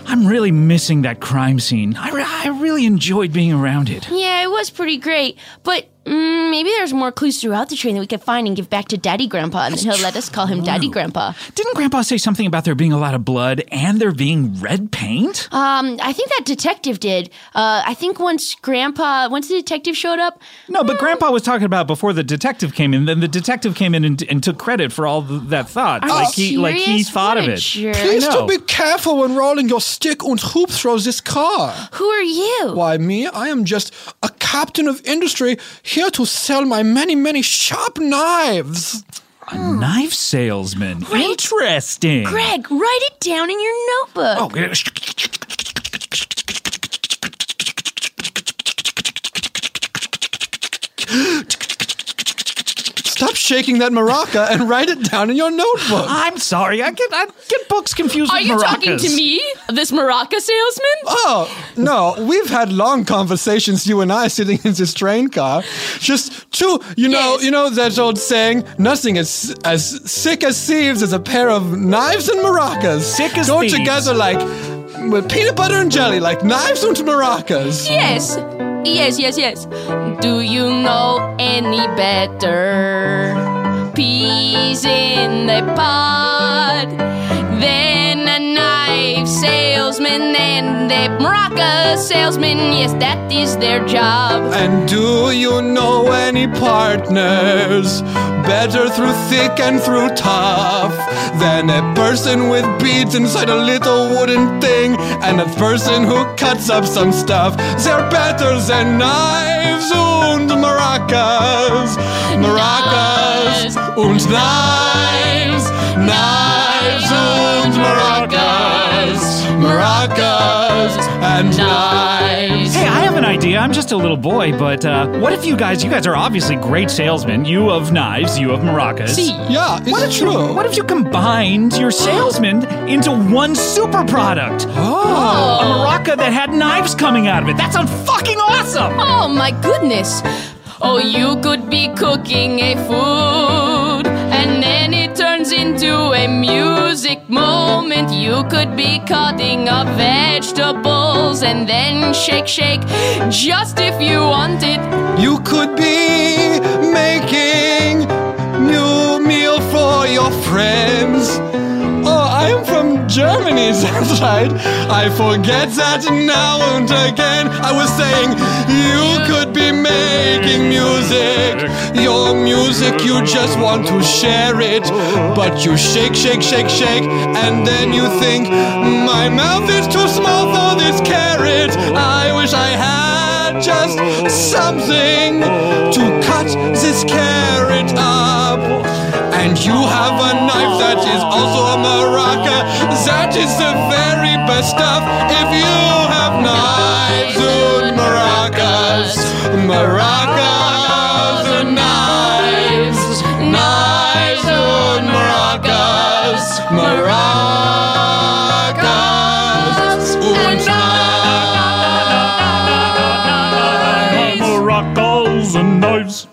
Speaker 7: I'm really missing that crime scene. I, re- I really enjoyed being around it.
Speaker 2: yeah, it was pretty great. But mm, maybe there's more clues throughout the train that we could find and give back to Daddy Grandpa, and then he'll let us call him Daddy Grandpa.
Speaker 7: Didn't Grandpa say something about there being a lot of blood and there being red paint?
Speaker 2: Um, I think that detective did. Uh, I think once Grandpa, once the detective showed up,
Speaker 7: no, but Grandpa was talking about before the detective came in. Then the detective came in and, and took credit for all th- that thought.
Speaker 2: Are you
Speaker 7: like he like he
Speaker 2: serious?
Speaker 7: thought
Speaker 2: What
Speaker 7: of
Speaker 2: a
Speaker 7: it.
Speaker 2: jerk.
Speaker 3: Please
Speaker 7: I
Speaker 3: do
Speaker 7: know.
Speaker 3: be careful when rolling your stick and hoop throws this car.
Speaker 2: who are you?
Speaker 3: Why me? I am just a captain of industry here to sell my many, many sharp knives.
Speaker 7: A knife salesman. Interesting.
Speaker 2: Greg, write it down in your notebook.
Speaker 7: Oh, yeah.
Speaker 3: Stop shaking that maraca and write it down in your notebook.
Speaker 7: I'm sorry. I get I get books confused
Speaker 2: Are
Speaker 7: with
Speaker 2: you talking to
Speaker 7: maracas.
Speaker 2: me, this maraca salesman?
Speaker 3: Oh, no, we've had long conversations, you and I, sitting in this train car. Just two, you know,
Speaker 2: Yes.
Speaker 3: you know that old saying, nothing is as sick as thieves as a pair of knives and maracas.
Speaker 7: Sick as
Speaker 3: Go
Speaker 7: thieves.
Speaker 3: together like with peanut butter and jelly, like knives and maracas.
Speaker 2: Yes. Yes, yes, yes. Do you know any better? Peas in the pod than a knife salesman and the maraca salesman. Yes, that is their job.
Speaker 3: And do you know any partners better through thick and through tough than a person with beads inside a little wooden thing and a person who cuts up some stuff? They're better than knives and maracas, maracas and knives, knives and maracas, maracas and knives.
Speaker 7: Hey, I have an idea. I'm just a little boy, but uh, what if you guys? You guys are obviously great salesmen. You of knives, you of maracas.
Speaker 3: Yeah, it's
Speaker 7: What if, you,
Speaker 3: true.
Speaker 7: what if you combined your salesmen into one super product?
Speaker 2: Oh.
Speaker 7: A maraca that had knives coming out of it. That sounds fucking awesome!
Speaker 2: Oh my goodness! Oh, you could be cooking a food, and then it turns into a music moment. You could be cutting up vegetables, and then shake, shake, just if you want it.
Speaker 3: You could be making new meal for your friends. Oh, I am from Germany, is that right? I forget that now and again. I was saying you could be making music. Your music, you just want to share it. But you shake, shake, shake, shake, and then you think, my mouth is too small for this carrot. I wish I had just something to cut this carrot up. And you have a knife that is also a maraca. That is the very best stuff. If you have knives and maracas, maracas and knives, knives and maracas, maracas and knives.
Speaker 8: Maracas and knives.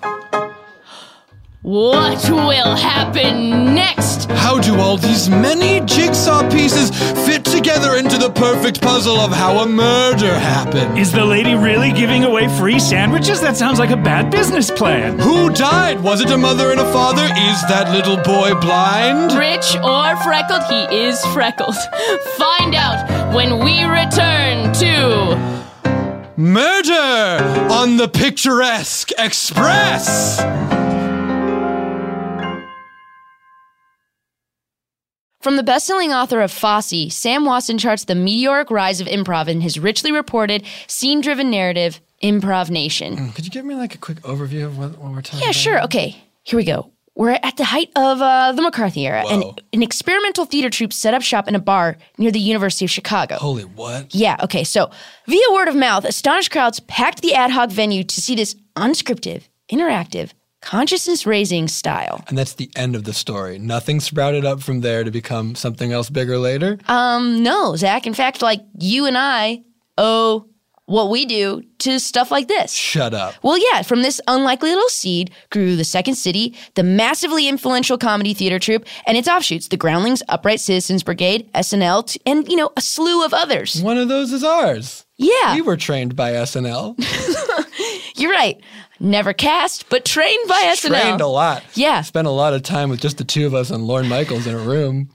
Speaker 2: What will happen next?
Speaker 3: How do all these many jigsaw pieces fit together into the perfect puzzle of how a murder happened?
Speaker 7: Is the lady really giving away free sandwiches? That sounds like a bad business plan.
Speaker 3: Who died? Was it a mother and a father? Is that little boy blind?
Speaker 2: Rich or freckled, he is freckled. Find out when we return to
Speaker 3: Murder on the Picturesque Express.
Speaker 2: From the best-selling author of Fosse, Sam Wasson charts the meteoric rise of improv in his richly reported, scene-driven narrative, Improv Nation.
Speaker 3: Could you give me like a quick overview of what, what we're talking
Speaker 2: Yeah,
Speaker 3: about?
Speaker 2: sure. Okay, here we go. We're at the height of uh, the McCarthy era,
Speaker 3: Whoa.
Speaker 2: and an experimental theater troupe set up shop in a bar near the University of Chicago.
Speaker 3: Holy what?
Speaker 2: Yeah, okay. So, via word of mouth, astonished crowds packed the ad hoc venue to see this unscripted, interactive, consciousness raising style.
Speaker 3: And that's the end of the story. Nothing sprouted up from there to become something else bigger later.
Speaker 2: No, Zach, in fact, like you and I owe what we do to stuff like this.
Speaker 3: Shut up.
Speaker 2: Well, yeah, from this unlikely little seed grew the Second City, the massively influential comedy theater troupe, and its offshoots, the Groundlings, Upright Citizens Brigade, SNL, t- and, you know, a slew of others.
Speaker 3: One of those is ours.
Speaker 2: Yeah,
Speaker 3: We were trained by SNL.
Speaker 2: you're right. Never cast, but trained by SNL.
Speaker 3: Trained a lot.
Speaker 2: Yeah.
Speaker 3: Spent a lot of time with just the two of us and Lauren Michaels in a room.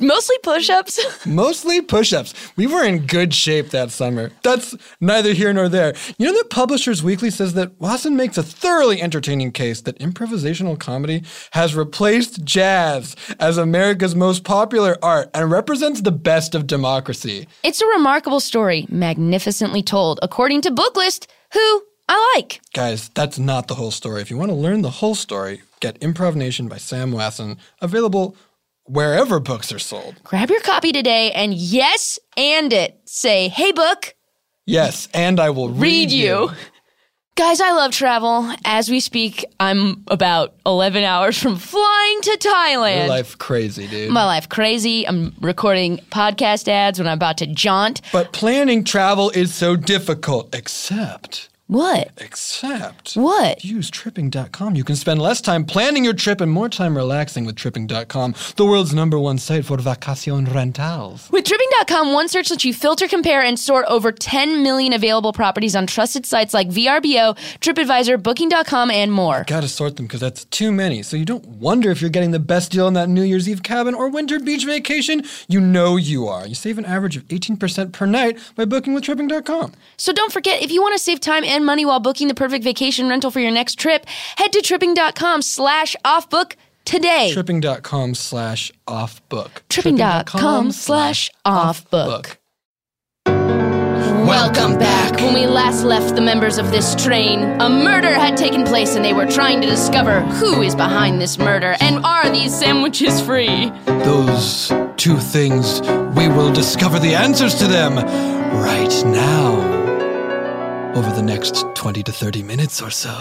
Speaker 2: Mostly push ups.
Speaker 3: Mostly push ups. We were in good shape that summer. That's neither here nor there. You know that Publishers Weekly says that Wasson makes a thoroughly entertaining case that improvisational comedy has replaced jazz as America's most popular art and represents the best of democracy.
Speaker 2: It's a remarkable story, magnificently told, according to Booklist, who I like.
Speaker 3: Guys, that's not the whole story. If you want to learn the whole story, get Improv Nation by Sam Wasson, available wherever books are sold.
Speaker 2: Grab your copy today and yes, and it. Say, hey, book,
Speaker 3: Yes, and I will read,
Speaker 2: read you. Guys, I love travel. As we speak, I'm about 11 hours from flying to Thailand.
Speaker 3: Your life crazy, dude.
Speaker 2: My life crazy. I'm recording podcast ads when I'm about to jaunt.
Speaker 3: but planning travel is so difficult. Except,
Speaker 2: What?
Speaker 3: except.
Speaker 2: What?
Speaker 3: Use tripping.com. You can spend less time planning your trip and more time relaxing with tripping.com, the world's number one site for vacacion rentals.
Speaker 2: With Tripping.com, one search lets you filter, compare, and sort over 10 million available properties on trusted sites like VRBO, TripAdvisor, Booking.com, and more.
Speaker 3: Gotta sort them because that's too many. So you don't wonder if you're getting the best deal on that New Year's Eve cabin or winter beach vacation. You know you are. You save an average of 18% per night by booking with tripping.com.
Speaker 2: So don't forget, if you want to save time and money while booking the perfect vacation rental for your next trip, head to Tripping.com slash offbook today.
Speaker 3: Tripping.com slash off book.
Speaker 2: Tripping.com slash offbook.
Speaker 3: book.
Speaker 2: Welcome back. When we last left the members of this train, a murder had taken place and they were trying to discover who is behind this murder and are these sandwiches free?
Speaker 3: Those two things, we will discover the answers to them right now. Over the next 20 to 30 minutes or so.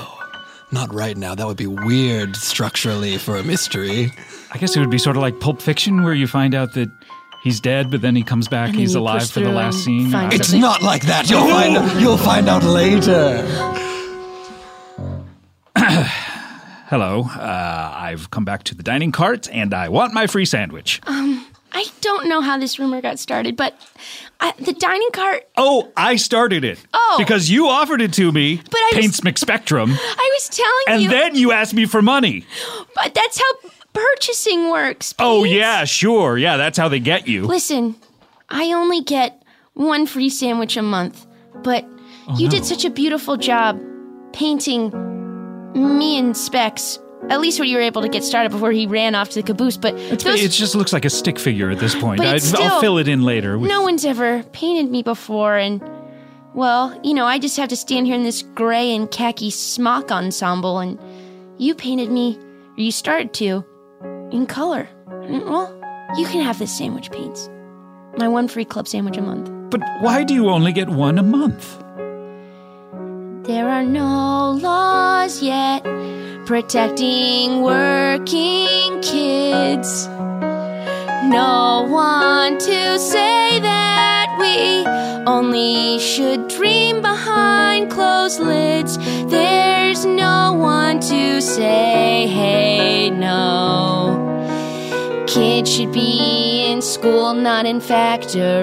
Speaker 3: Not right now, that would be weird structurally for a mystery.
Speaker 7: I guess it would be sort of like Pulp Fiction, where you find out that he's dead, but then he comes back,
Speaker 2: then
Speaker 7: he's
Speaker 2: you
Speaker 7: alive
Speaker 2: push
Speaker 7: for the
Speaker 2: through
Speaker 7: last
Speaker 2: and
Speaker 7: scene.
Speaker 2: find
Speaker 7: I-
Speaker 2: it.
Speaker 3: It's not like that. You'll find you'll find out later.
Speaker 7: Hello, uh, I've come back to the dining cart, and I want my free sandwich.
Speaker 10: I don't know how this rumor got started, but I, the dining cart,
Speaker 7: Oh, I started it.
Speaker 10: Oh.
Speaker 7: because you offered it to me. But
Speaker 10: I
Speaker 7: paints McSpectrum,
Speaker 10: I was telling
Speaker 7: and
Speaker 10: you,
Speaker 7: then you asked me for money.
Speaker 10: but that's how purchasing works.
Speaker 7: Oh
Speaker 10: Pete.
Speaker 7: yeah, sure, yeah, that's how they get you.
Speaker 10: Listen, I only get one free sandwich a month, but you
Speaker 7: no.
Speaker 10: did such a beautiful job painting me and Specs. At least when you were able to get started before he ran off to the caboose, but those,
Speaker 7: It just looks like a stick figure at this point.
Speaker 10: But
Speaker 7: I,
Speaker 10: it's
Speaker 7: I'll
Speaker 10: still-
Speaker 7: fill it in later. with-
Speaker 10: no one's ever painted me before, and well, you know, I just have to stand here in this gray and khaki smock ensemble, and you painted me, or you started to, in color. And, well, you can have this sandwich paints. My one free club sandwich a month.
Speaker 7: But why do you only get one a month?
Speaker 10: There are no laws yet protecting working kids. No one to say that we only should dream behind closed lids. There's no one to say, hey, no. Kids should be in school, not in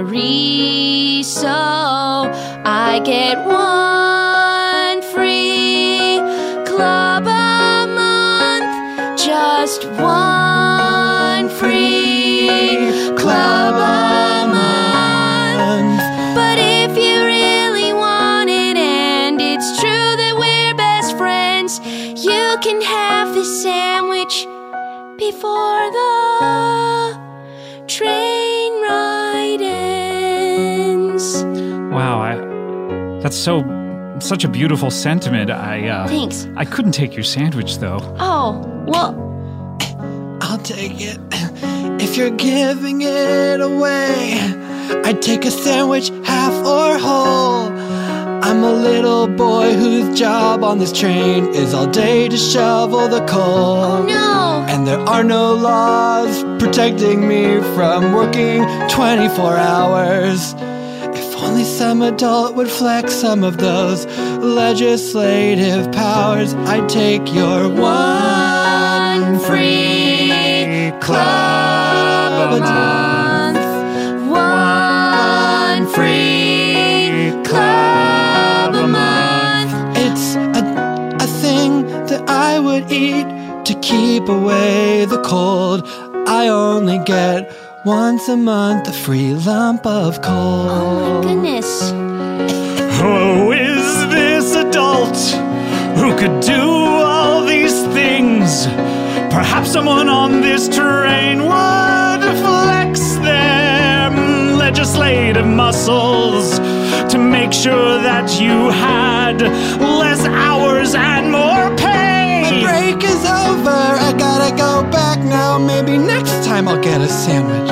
Speaker 10: factory. So I get one free club a month, just one free club a month. But if you really wanted it,
Speaker 2: for the train ride ends.
Speaker 7: Wow, I, that's so such a beautiful sentiment. I uh,
Speaker 11: Thanks.
Speaker 7: I couldn't take your sandwich though.
Speaker 11: Oh, well,
Speaker 3: I'll take it if you're giving it away. I'd take a sandwich, half or whole. I'm a little boy whose job on this train is all day to shovel the coal.
Speaker 2: No,
Speaker 3: And there are no laws protecting me from working 24 hours. If only some adult would flex some of those legislative powers, I'd take your one free club a month.
Speaker 2: one free club a month.
Speaker 3: It's a, a thing that I would eat to keep away the cold. I only get once a month a free lump of coal.
Speaker 11: goodness.
Speaker 8: Who Oh, is this adult who could do all these things? Perhaps someone on this train would flex their legislative muscles to make sure that you had less hours and more pay.
Speaker 3: Break is over. I gotta go back now. Maybe next time I'll get a sandwich.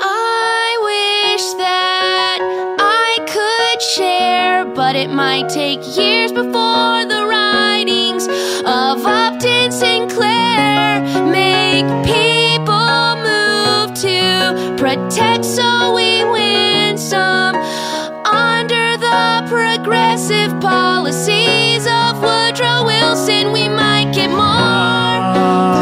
Speaker 2: I wish that I could share, but it might take years before the writings of Upton Sinclair make people move to protect so we win some under the progressive policies of Woodrow Wilson. We might get more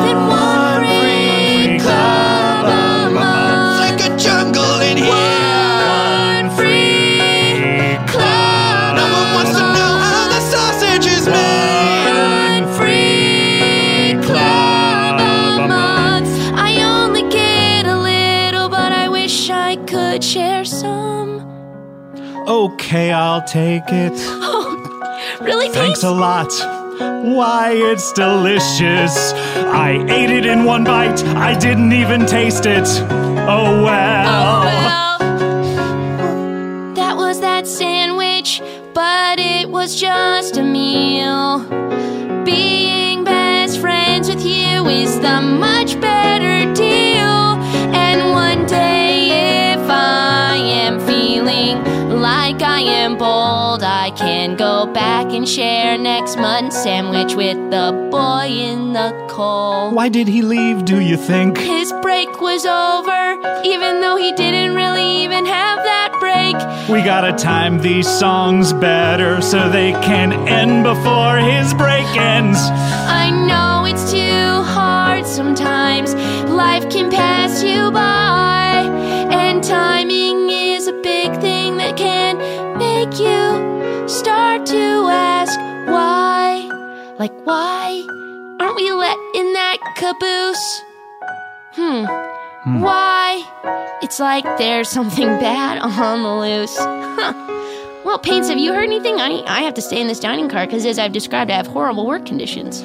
Speaker 2: than one free club a month.
Speaker 3: Like a jungle in here.
Speaker 2: One free club
Speaker 3: No one wants to know how the sausage is made.
Speaker 2: One free club a month. I only get a little, but I wish I could share some.
Speaker 8: Okay, I'll take it.
Speaker 2: Really,
Speaker 8: Thanks a lot. Why, it's delicious. I ate it in one bite. I didn't even taste it. Oh, well.
Speaker 2: well. That was that sandwich, but it was just a meal. Being best friends with you is the much better deal. And one day, if I am feeling like I am bold, I can go back and share next month's sandwich with the boy in the cold.
Speaker 8: Why did he leave, do you think?
Speaker 2: His break was over, even though he didn't really even have that break.
Speaker 8: We gotta time these songs better so they can end before his break ends.
Speaker 2: I know it's too hard sometimes. Life can pass you by, and timing is a big thing that can make you start to ask why. Like, why aren't we let in that caboose? Hmm. Why? It's like there's something bad on the loose. Huh. Well, Paints, have you heard anything? I, I have to stay in this dining car because, as I've described, I have horrible work conditions.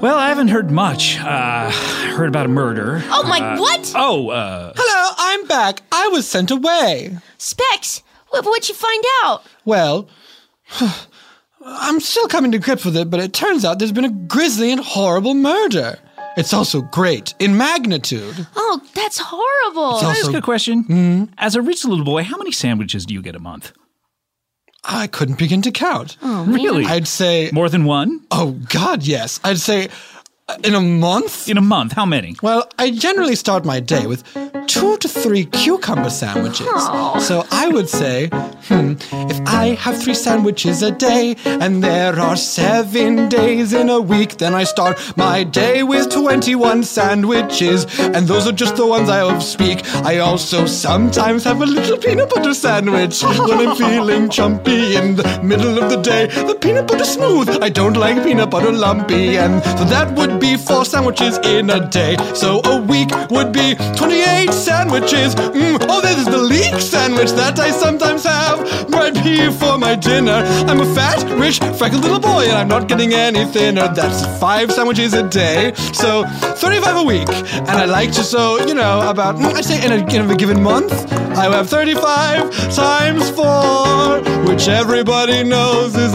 Speaker 7: Well, I haven't heard much. Uh, I heard about a murder.
Speaker 11: Oh my,
Speaker 7: Uh,
Speaker 11: what?
Speaker 7: Oh, uh,
Speaker 3: Hello, I'm back. I was sent away.
Speaker 11: Specs, what, what'd you find out?
Speaker 3: Well, I'm still coming to grips with it, but it turns out there's been a grisly and horrible murder. It's also great in magnitude.
Speaker 11: Oh, that's horrible.
Speaker 3: It's
Speaker 7: can I ask
Speaker 3: also,
Speaker 7: a question?
Speaker 3: Mm-hmm.
Speaker 7: As a rich little boy, how many sandwiches do you get a month?
Speaker 3: I couldn't begin to count.
Speaker 7: really?
Speaker 3: I'd say,
Speaker 7: More than one
Speaker 3: oh God, yes. I'd say uh, in a month.
Speaker 7: in a month? How many?
Speaker 3: Well, I generally start my day with two to three cucumber sandwiches. So I would say, hmm, if I have three sandwiches a day and there are seven days in a week, then I start my day with 21 sandwiches. And those are just the ones I speak. I also sometimes have a little peanut butter sandwich when I'm feeling chumpy in the middle of the day. The peanut butter smooth. I don't like peanut butter lumpy. And so that would be four sandwiches in a day. So a week would be 28 sandwiches. Mm. Oh, there's the leek sandwich that I sometimes have. Bread, here for my dinner. I'm a fat, rich, freckled little boy, and I'm not getting any thinner. That's five sandwiches a day, so 35 a week. And I like to, so, you know, about, mm, I say in a, in a given month, I will have 35 times four, which everybody knows is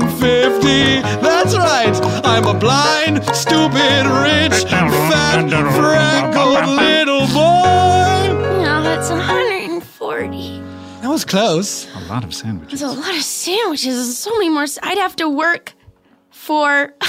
Speaker 3: 150. That's right, I'm a blind, stupid, rich, fat, freckled little boy.
Speaker 12: No, it's 140.
Speaker 3: That was close.
Speaker 7: A lot of sandwiches.
Speaker 12: There's a lot of sandwiches. There's so many more. s- I'd have to work for.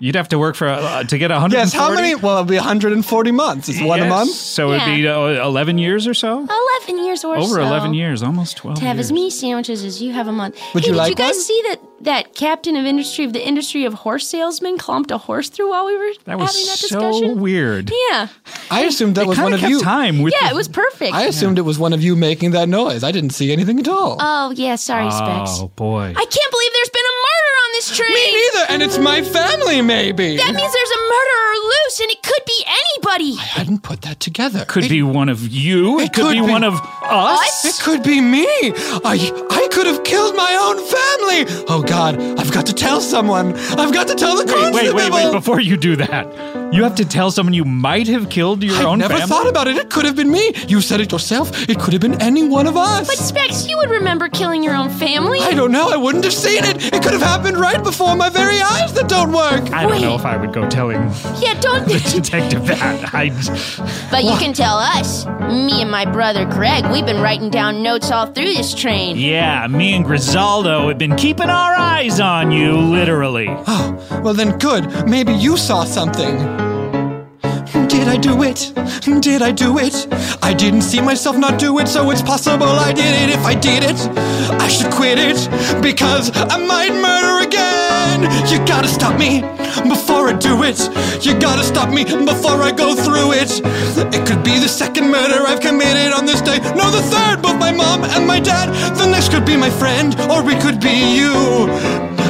Speaker 7: You'd have to work for uh, to get a hundred.
Speaker 3: Yes, how many? Well, it'll be 140 months. It's one a month.
Speaker 7: So it'd be uh, eleven years or so.
Speaker 12: 11 years or
Speaker 7: Over
Speaker 12: so.
Speaker 7: eleven years, almost twelve.
Speaker 12: To have as
Speaker 7: years.
Speaker 12: many sandwiches as you have a month.
Speaker 3: Would
Speaker 12: hey,
Speaker 3: you
Speaker 12: did
Speaker 3: like
Speaker 12: you guys
Speaker 3: one?
Speaker 12: see that that captain of industry of the industry of horse salesmen clomped a horse through while we were
Speaker 7: That was
Speaker 12: having that
Speaker 7: so
Speaker 12: discussion?
Speaker 7: weird.
Speaker 12: Yeah,
Speaker 3: I assumed that was
Speaker 7: Kind
Speaker 3: one of
Speaker 7: of kept
Speaker 3: you.
Speaker 7: time with.
Speaker 12: yeah, it was perfect.
Speaker 3: I assumed it was one of you making that noise. I didn't see anything at all.
Speaker 12: oh yeah, sorry, Specs.
Speaker 7: Oh boy.
Speaker 12: I can't believe there's been a murder on this train.
Speaker 3: Me neither, and it's my family, maybe.
Speaker 12: That means there's a murderer loose, and it could be anybody.
Speaker 3: I hadn't put that together.
Speaker 7: could
Speaker 3: it,
Speaker 7: be one of you. It,
Speaker 3: it
Speaker 7: could,
Speaker 3: could
Speaker 7: be,
Speaker 3: be-
Speaker 7: one of us.
Speaker 3: It could be me. I I could have killed my own family. Oh God, I've got to tell someone. I've got to tell the
Speaker 7: Wait, wait, wait, wait!
Speaker 3: constable.
Speaker 7: Before you do that, you have to tell someone you might have killed your
Speaker 3: I
Speaker 7: own
Speaker 3: never
Speaker 7: family.
Speaker 3: thought about it. It could have been me. You said it yourself. It could have been any one of us.
Speaker 12: But Specs, you would remember killing your own family.
Speaker 3: I don't know. I wouldn't have seen it. It could have happened right before my very eyes that don't work.
Speaker 7: I don't know if I would go telling
Speaker 12: Yeah, don't.
Speaker 7: the detective that. I
Speaker 2: But you can tell us. Me and my brother Greg, we've been writing down notes all through this train.
Speaker 7: yeah, me and Grisaldo have been keeping our eyes on you, literally.
Speaker 3: Oh, well then good. Maybe you saw something. Did I do it? Did I do it? I didn't see myself not do it, so it's possible I did it. If I did it, I should quit it because I might murder again. You gotta stop me before I do it. You gotta stop me before I go through it. It could be the second murder I've committed on this day. No, the third, both my mom and my dad. The next could be my friend, or it could be you.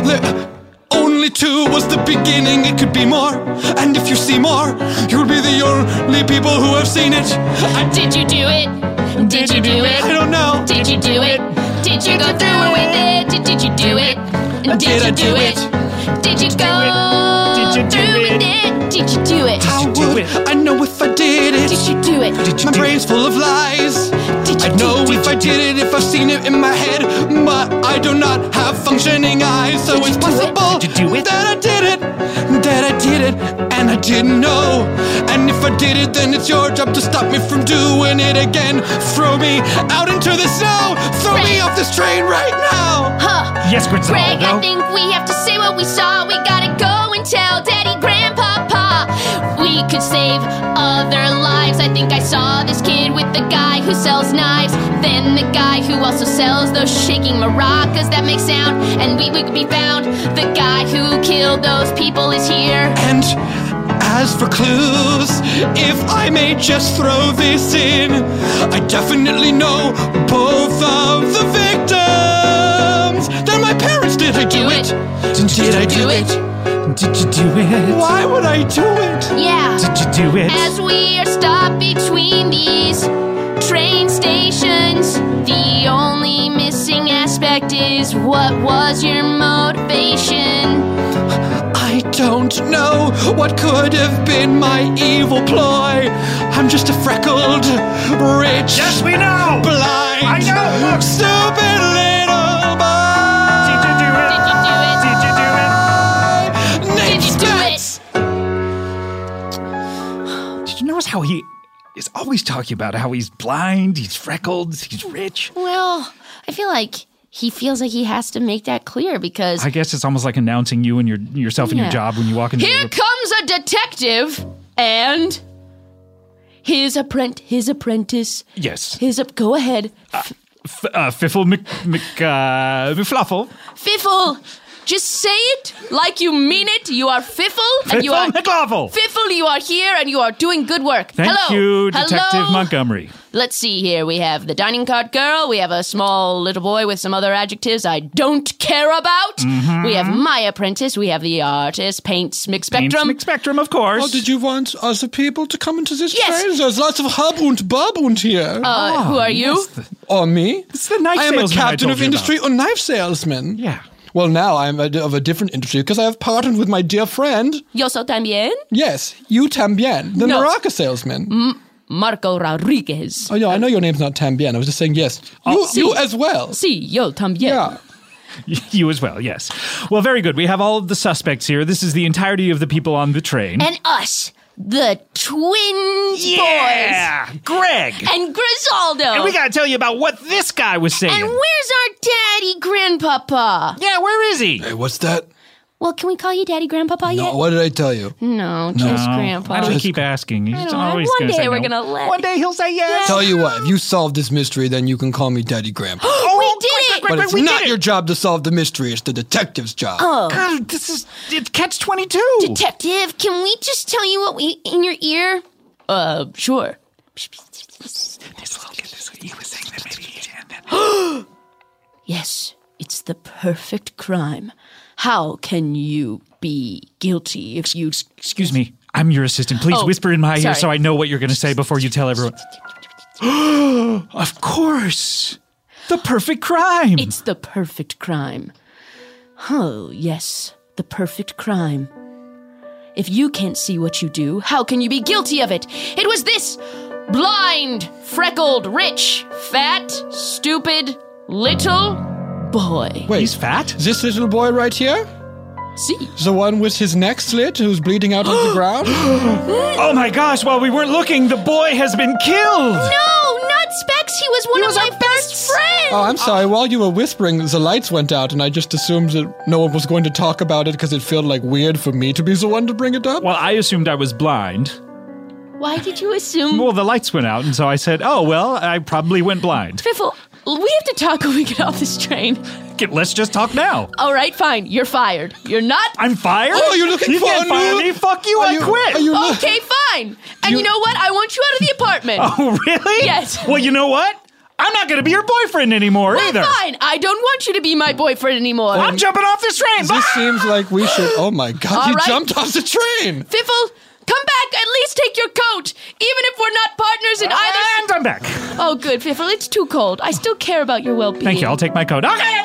Speaker 3: The- only two was the beginning, it could be more. And if you see more, you'll be the only people who have seen it. I,
Speaker 2: Did you do it? Did you do
Speaker 3: I
Speaker 2: it?
Speaker 3: don't know.
Speaker 2: Did you do it? Did you go through with it? Did, did you do it?
Speaker 3: Did
Speaker 2: Did
Speaker 3: I
Speaker 2: you
Speaker 3: do
Speaker 2: do it? Did you go
Speaker 7: Did you do
Speaker 2: through
Speaker 7: it?
Speaker 2: with it? Did you do it?
Speaker 3: How would I know if I did it?
Speaker 2: Did you do it?
Speaker 3: My brain's full of lies. I know if I did it, if I've seen it in my head, but I do not have functioning eyes, so it's possible that I did it, that I did it, and I didn't know. And if I did it, then it's your job to stop me from doing it again. Throw me out into the snow. Throw me off this train right now.
Speaker 2: Huh.
Speaker 7: Yes, Grisaldo.
Speaker 2: Greg, I think we have to say what we saw. We gotta go and tell Daddy, Grandpa, Pa. We could save other lives. I think I saw this kid with the guy who sells knives. Then the guy who also sells those shaking maracas that make sound. And we, we could be found. The guy who killed those people is here.
Speaker 3: And as for clues, if I may just throw this in, I definitely know both of the victims. They're my parents. Did I do it? Did I do it?
Speaker 7: Did you do it?
Speaker 3: Why would I do it?
Speaker 2: Yeah.
Speaker 7: Did you do it?
Speaker 2: As we are stopped between these train stations, the only missing aspect is what was your motivation?
Speaker 3: I don't know what could have been my evil ploy. I'm just a freckled, rich,
Speaker 8: Yes, we know.
Speaker 3: blind,
Speaker 8: I know. Look.
Speaker 3: stupid little boy.
Speaker 8: Did you do
Speaker 2: Did
Speaker 8: it?
Speaker 2: you do it?
Speaker 8: Did you do it?
Speaker 3: Named
Speaker 2: Did you do
Speaker 3: Spats.
Speaker 2: it?
Speaker 7: Did you notice how he is always talking about how he's blind, he's freckled, he's rich?
Speaker 2: Well, I feel like he feels like he has to make that clear because
Speaker 7: I guess it's almost like announcing you and your yourself and your
Speaker 2: Yeah.
Speaker 7: job when you walk into
Speaker 2: here
Speaker 7: the
Speaker 2: comes a detective and his apprent his apprentice
Speaker 7: yes,
Speaker 2: his up go ahead
Speaker 7: F- uh, Fiffle Mc, Mc uh, McFluffle.
Speaker 2: Fiffle Just say it like you mean it. You are Fiffle, and you are
Speaker 8: Fiffle McLawful.
Speaker 2: Fiffle. You are here, and you are doing good work.
Speaker 7: Thank
Speaker 2: Hello,
Speaker 7: you, Detective
Speaker 2: Hello?
Speaker 7: Montgomery.
Speaker 2: Let's see here. We have the dining cart girl. We have a small little boy with some other adjectives I don't care about.
Speaker 7: Mm-hmm.
Speaker 2: We have my apprentice. We have the artist, paints, Mick Spectrum.
Speaker 7: Spectrum, Spectrum, of course.
Speaker 3: Oh, did you want other people to come into this
Speaker 2: Yes.
Speaker 3: train? There's lots of hub and bub and here.
Speaker 2: Uh, who are you?
Speaker 3: or me?
Speaker 7: It's the knife
Speaker 3: I am a
Speaker 7: salesman I
Speaker 3: captain
Speaker 7: told
Speaker 3: of
Speaker 7: you about.
Speaker 3: industry or knife salesman.
Speaker 7: Yeah.
Speaker 3: Well, now I'm a, of a different industry because I have partnered with my dear friend.
Speaker 2: Yo soy también
Speaker 3: Yes, you Tambien, the
Speaker 2: No.
Speaker 3: Naraka salesman.
Speaker 2: Marco Rodriguez.
Speaker 3: Oh, yeah, I know your name's not Tambien. I was just saying yes. You, you as well.
Speaker 2: Sí, yo también.
Speaker 3: Yeah.
Speaker 7: You as well, yes. Well, very good. We have all of the suspects here. This is the entirety of the people on the train.
Speaker 10: And us, the twin boys,
Speaker 7: yeah, Greg.
Speaker 10: and Grisaldo.
Speaker 7: And we got to tell you about what this guy was saying.
Speaker 10: And where's our daddy, grandpapa?
Speaker 7: yeah, where is he?
Speaker 3: Hey, what's that?
Speaker 10: Well, can we call you daddy, grandpapa yet?
Speaker 3: No, what did I tell you?
Speaker 10: No, just grandpa.
Speaker 7: Why do we keep asking? He's always
Speaker 10: One
Speaker 7: gonna
Speaker 10: day
Speaker 7: say
Speaker 10: we're
Speaker 7: no.
Speaker 10: gonna let.
Speaker 8: One day he'll say yes.
Speaker 3: Tell you what, if you solve this mystery, then you can call me Daddy Grandpa.
Speaker 8: oh,
Speaker 10: did
Speaker 8: quick,
Speaker 10: it!
Speaker 8: quick, quick,
Speaker 3: but
Speaker 8: quick,
Speaker 3: it's
Speaker 8: we
Speaker 3: not
Speaker 8: did
Speaker 3: your
Speaker 8: it.
Speaker 3: job to solve the mystery, it's the detective's job. Oh.
Speaker 8: God, this is it's catch twenty two.
Speaker 10: Detective, can we just tell you what we in your ear?
Speaker 2: Uh, sure. Yes, it's the perfect crime. How can you be guilty if you.
Speaker 7: Excuse me. I'm your assistant. Please
Speaker 2: Oh,
Speaker 7: whisper in my ear
Speaker 2: sorry.
Speaker 7: so I know what you're going to say before you tell everyone. of course. The perfect crime.
Speaker 2: It's the perfect crime. Oh, yes, the perfect crime. If you can't see what you do, how can you be guilty of it? It was this blind, freckled, rich, fat, stupid, little boy.
Speaker 3: Wait,
Speaker 7: He's fat?
Speaker 3: this little boy right here?
Speaker 2: See?
Speaker 3: The one with his neck slit who's bleeding out on the ground?
Speaker 7: Oh my gosh, while we weren't looking, the boy has been killed.
Speaker 10: No, not Specs. He was one of my best friends.
Speaker 3: Oh, I'm sorry. While you were whispering, the lights went out, and I just assumed that no one was going to talk about it because it felt like weird for me to be the one to bring it up.
Speaker 7: Well, I assumed I was blind. Uh,
Speaker 10: Why did you assume?
Speaker 7: Well, the lights went out, and so I said, "Oh well, I probably went blind."
Speaker 2: Biffle, we have to talk when we get off this train.
Speaker 7: Okay, Let's just talk now.
Speaker 2: All right, fine. You're fired. You're not.
Speaker 7: I'm fired.
Speaker 3: Oh, you're looking
Speaker 7: you
Speaker 3: for
Speaker 7: can't
Speaker 3: a
Speaker 7: fire
Speaker 3: new-
Speaker 7: me. Fuck you.
Speaker 3: Are
Speaker 7: I
Speaker 3: you-
Speaker 7: quit.
Speaker 3: Are you lo-
Speaker 2: Okay, fine. And you know what? I want you out of the apartment.
Speaker 7: Oh, really?
Speaker 2: Yes.
Speaker 7: Well, you know what? I'm not going to be your boyfriend anymore
Speaker 2: Well,
Speaker 7: either.
Speaker 2: fine. I don't want you to be my boyfriend anymore.
Speaker 7: I'm jumping off this train.
Speaker 3: This seems like we should. Oh my god,
Speaker 2: All
Speaker 3: you
Speaker 2: right.
Speaker 3: jumped off the train!
Speaker 2: Fiffle, come back. At least take your coat. Even if we're not partners in
Speaker 7: and
Speaker 2: either.
Speaker 7: I'm back.
Speaker 2: Oh, good, Fiffle. It's too cold. I still care about your well being.
Speaker 7: Thank you. I'll take my coat. Okay.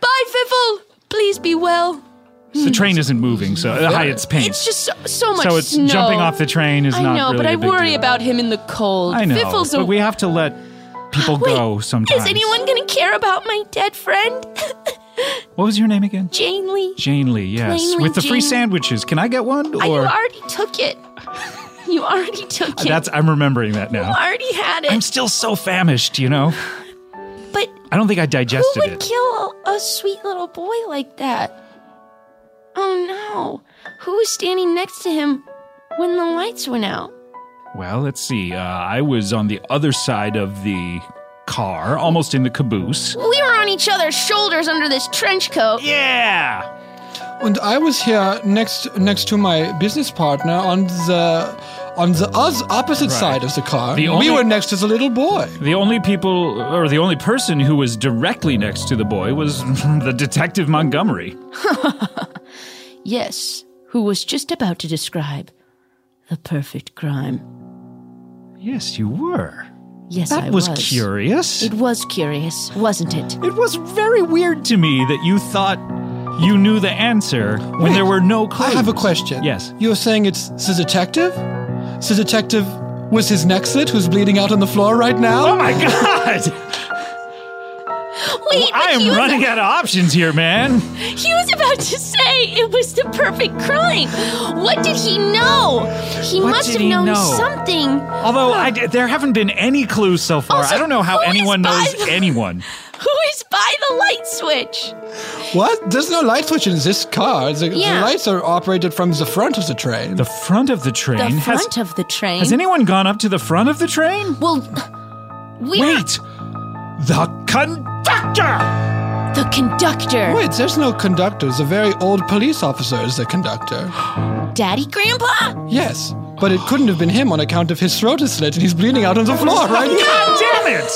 Speaker 2: Bye, Fiffle. Please be well.
Speaker 7: The train isn't moving, so uh, Hyatt's pain.
Speaker 2: It's just so, so much
Speaker 7: so it's
Speaker 2: snow.
Speaker 7: jumping off the train is
Speaker 2: I
Speaker 7: not
Speaker 2: know,
Speaker 7: really
Speaker 2: but
Speaker 7: a
Speaker 2: I
Speaker 7: big
Speaker 2: worry
Speaker 7: deal.
Speaker 2: about him in the cold.
Speaker 7: I know,
Speaker 2: Fiffle's a
Speaker 7: but we have to let people go
Speaker 10: Wait,
Speaker 7: sometimes.
Speaker 10: Is anyone gonna care about my dead friend,
Speaker 7: What was your name again?
Speaker 10: Jane Lee?
Speaker 7: Jane Lee, yes.
Speaker 10: Plainly
Speaker 7: With the free
Speaker 10: Jane.
Speaker 7: sandwiches. Can I get one?
Speaker 10: I- you
Speaker 7: Or Uh,
Speaker 10: already took it. You already took it.
Speaker 7: that's I'm remembering that now.
Speaker 10: you already had it.
Speaker 7: I'm still so famished, you know.
Speaker 10: but
Speaker 7: I don't think I
Speaker 10: who
Speaker 7: digested
Speaker 10: would
Speaker 7: it.
Speaker 10: kill a, a sweet little boy like that? Oh no! Who was standing next to him when the lights went out?
Speaker 7: Well, let's see. Uh, I was on the other side of the car, almost in the caboose.
Speaker 10: We were on each other's shoulders under this trench coat.
Speaker 7: Yeah.
Speaker 3: And I was here next next to my business partner on the on the oth- opposite side of the car.
Speaker 7: The
Speaker 3: we
Speaker 7: only-
Speaker 3: were next to the little boy.
Speaker 7: The only people, or the only person who was directly next to the boy was the detective Montgomery.
Speaker 2: Yes, who was just about to describe the perfect crime.
Speaker 7: Yes, you were.
Speaker 2: Yes,
Speaker 7: That
Speaker 2: I
Speaker 7: was,
Speaker 2: was.
Speaker 7: curious.
Speaker 2: It was curious, wasn't it?
Speaker 7: It was very weird to me that you thought you knew the answer when there were no clues.
Speaker 3: I have a question.
Speaker 7: Yes.
Speaker 3: You're saying it's the detective? The detective was his neck slit who's bleeding out on the floor right now?
Speaker 7: Oh my god!
Speaker 10: Wait, but
Speaker 7: I
Speaker 10: he
Speaker 7: am
Speaker 10: was
Speaker 7: running out of options here, man.
Speaker 10: He was about to say it was the perfect crime. What did he know? He
Speaker 7: What
Speaker 10: must
Speaker 7: did
Speaker 10: have
Speaker 7: he
Speaker 10: known
Speaker 7: know?
Speaker 10: something.
Speaker 7: Although I d there haven't been any clues so far.
Speaker 10: Also,
Speaker 7: I don't know how
Speaker 10: who is
Speaker 7: anyone knows
Speaker 10: by-
Speaker 7: anyone.
Speaker 10: Who is by the light switch?
Speaker 3: What? There's no light switch in this car. The, the
Speaker 10: Yeah.
Speaker 3: lights are operated from the front of the train.
Speaker 7: The front of the train.
Speaker 2: The
Speaker 7: has,
Speaker 2: front of the train.
Speaker 7: has anyone gone up to the front of the train?
Speaker 10: Well, we
Speaker 7: Wait! The conductor!
Speaker 2: the conductor.
Speaker 3: Wait, there's no conductors. A very old police officer is the conductor.
Speaker 2: Daddy Grandpa?
Speaker 3: Yes, but it couldn't have been him on account of his throat is slit and he's bleeding out on the floor right now.
Speaker 7: God damn it!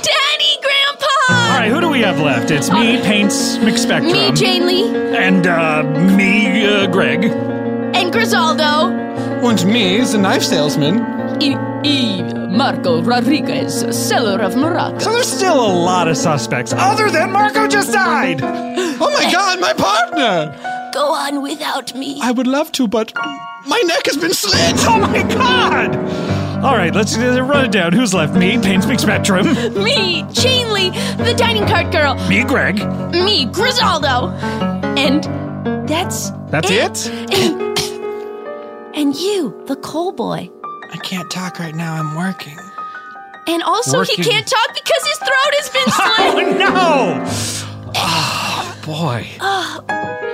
Speaker 2: Daddy Grandpa!
Speaker 7: All right, who do we have left? It's me, Paints McSpectrum,
Speaker 2: Me, Jane Lee,
Speaker 7: and uh, me, uh, Greg.
Speaker 2: and Grisaldo.
Speaker 3: And me is the knife salesman.
Speaker 13: E. E. Marco Rodriguez, seller of Morocco.
Speaker 7: So there's still a lot of suspects, other than Marco just died.
Speaker 3: Oh my god, my partner!
Speaker 2: Go on without me.
Speaker 3: I would love to, but my neck has been slit!
Speaker 7: Oh my god! All right, let's uh, run it down. Who's left? Me, Pain Speak Spectrum.
Speaker 2: Me, Jane Lee, the dining cart girl.
Speaker 7: Me, Greg.
Speaker 2: Me, Grisaldo. And that's
Speaker 7: That's it?
Speaker 2: and you, the coal boy.
Speaker 3: I can't talk right now, I'm working.
Speaker 2: And also he
Speaker 7: Working.
Speaker 2: can't talk because his throat has been slit.
Speaker 7: Oh, No! Ah,
Speaker 3: Boy.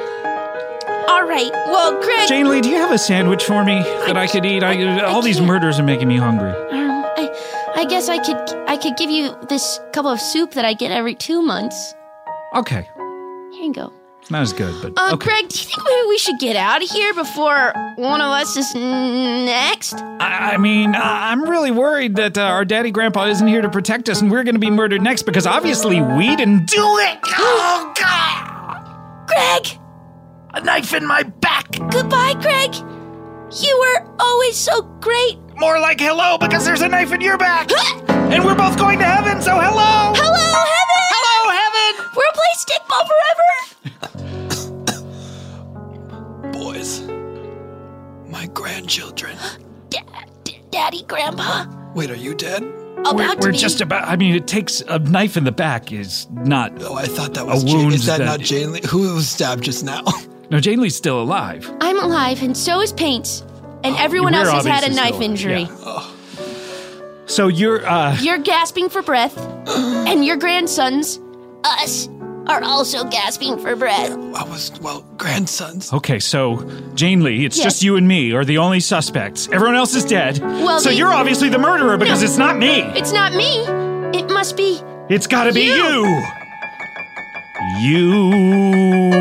Speaker 2: All right. Well, Greg,
Speaker 7: Jane Lee, do you have a sandwich for me that I could eat? I, all these
Speaker 2: can't.
Speaker 7: murders are making me hungry.
Speaker 2: um, I, I guess I could I could give you this cup of soup that I get every 2 months.
Speaker 7: Okay.
Speaker 2: Here you go.
Speaker 7: Not as good, but
Speaker 2: Uh,
Speaker 7: okay.
Speaker 2: Greg, do you think maybe we should get out of here before one of us is n- next?
Speaker 7: I, I mean, I- I'm really worried that uh, our daddy grandpa isn't here to protect us and we're going to be murdered next because obviously we didn't do it. Oh, God!
Speaker 2: Greg,
Speaker 7: A knife in my back!
Speaker 2: goodbye, Greg. You were always so great.
Speaker 7: More like hello because there's a knife in your back! and we're both going to heaven, so hello!
Speaker 2: Hello, heaven. Hello, heaven. We'll play stickball forever.
Speaker 3: Boys. My grandchildren.
Speaker 2: Da- d- Daddy, Grandpa,
Speaker 3: Wait, are you dead?
Speaker 2: about
Speaker 7: We're,
Speaker 2: to
Speaker 7: we're
Speaker 2: be.
Speaker 7: just about, I mean, it takes a knife in the back is not.
Speaker 3: Oh, I thought that was
Speaker 7: A
Speaker 3: Jane.
Speaker 7: wound
Speaker 3: Is that,
Speaker 7: that-
Speaker 3: not Jane Lee? Who was stabbed just now?
Speaker 7: No, Jane Lee's still alive.
Speaker 2: I'm alive, and so is Paints, and everyone
Speaker 7: Oh, We're
Speaker 2: else has had a
Speaker 7: obviously still
Speaker 2: knife
Speaker 7: alive,
Speaker 2: injury.
Speaker 7: yeah. So you're, uh,
Speaker 2: You're gasping for breath, and your grandsons, us, are also gasping for breath.
Speaker 3: I was, well, grandsons.
Speaker 7: okay, so Jane Lee, it's
Speaker 2: Yes.
Speaker 7: just you and me are the only suspects. Everyone else is dead.
Speaker 2: Well,
Speaker 7: so
Speaker 2: the-
Speaker 7: you're obviously the murderer because it's not me.
Speaker 2: It's not me. It must be.
Speaker 7: It's gotta be you.
Speaker 2: You.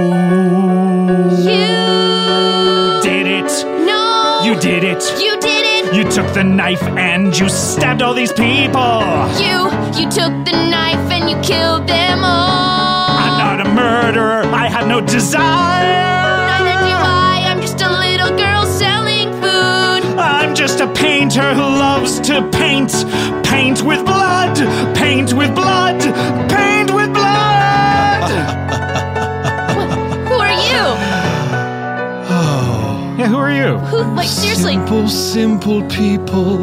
Speaker 7: You
Speaker 2: You.
Speaker 7: did it.
Speaker 2: No.
Speaker 7: You did it.
Speaker 2: You did it.
Speaker 7: You took the knife and you stabbed all these people.
Speaker 2: You. You took the knife and you killed them all.
Speaker 7: I'm not a murderer. I have no desire.
Speaker 2: Neither do I. I'm just a little girl selling food.
Speaker 7: I'm just a painter who loves to paint. Paint with blood. Paint with blood. Paint with blood.
Speaker 2: Who are you?
Speaker 7: yeah, who are you?
Speaker 2: Who? Like seriously?
Speaker 3: Simple, simple people.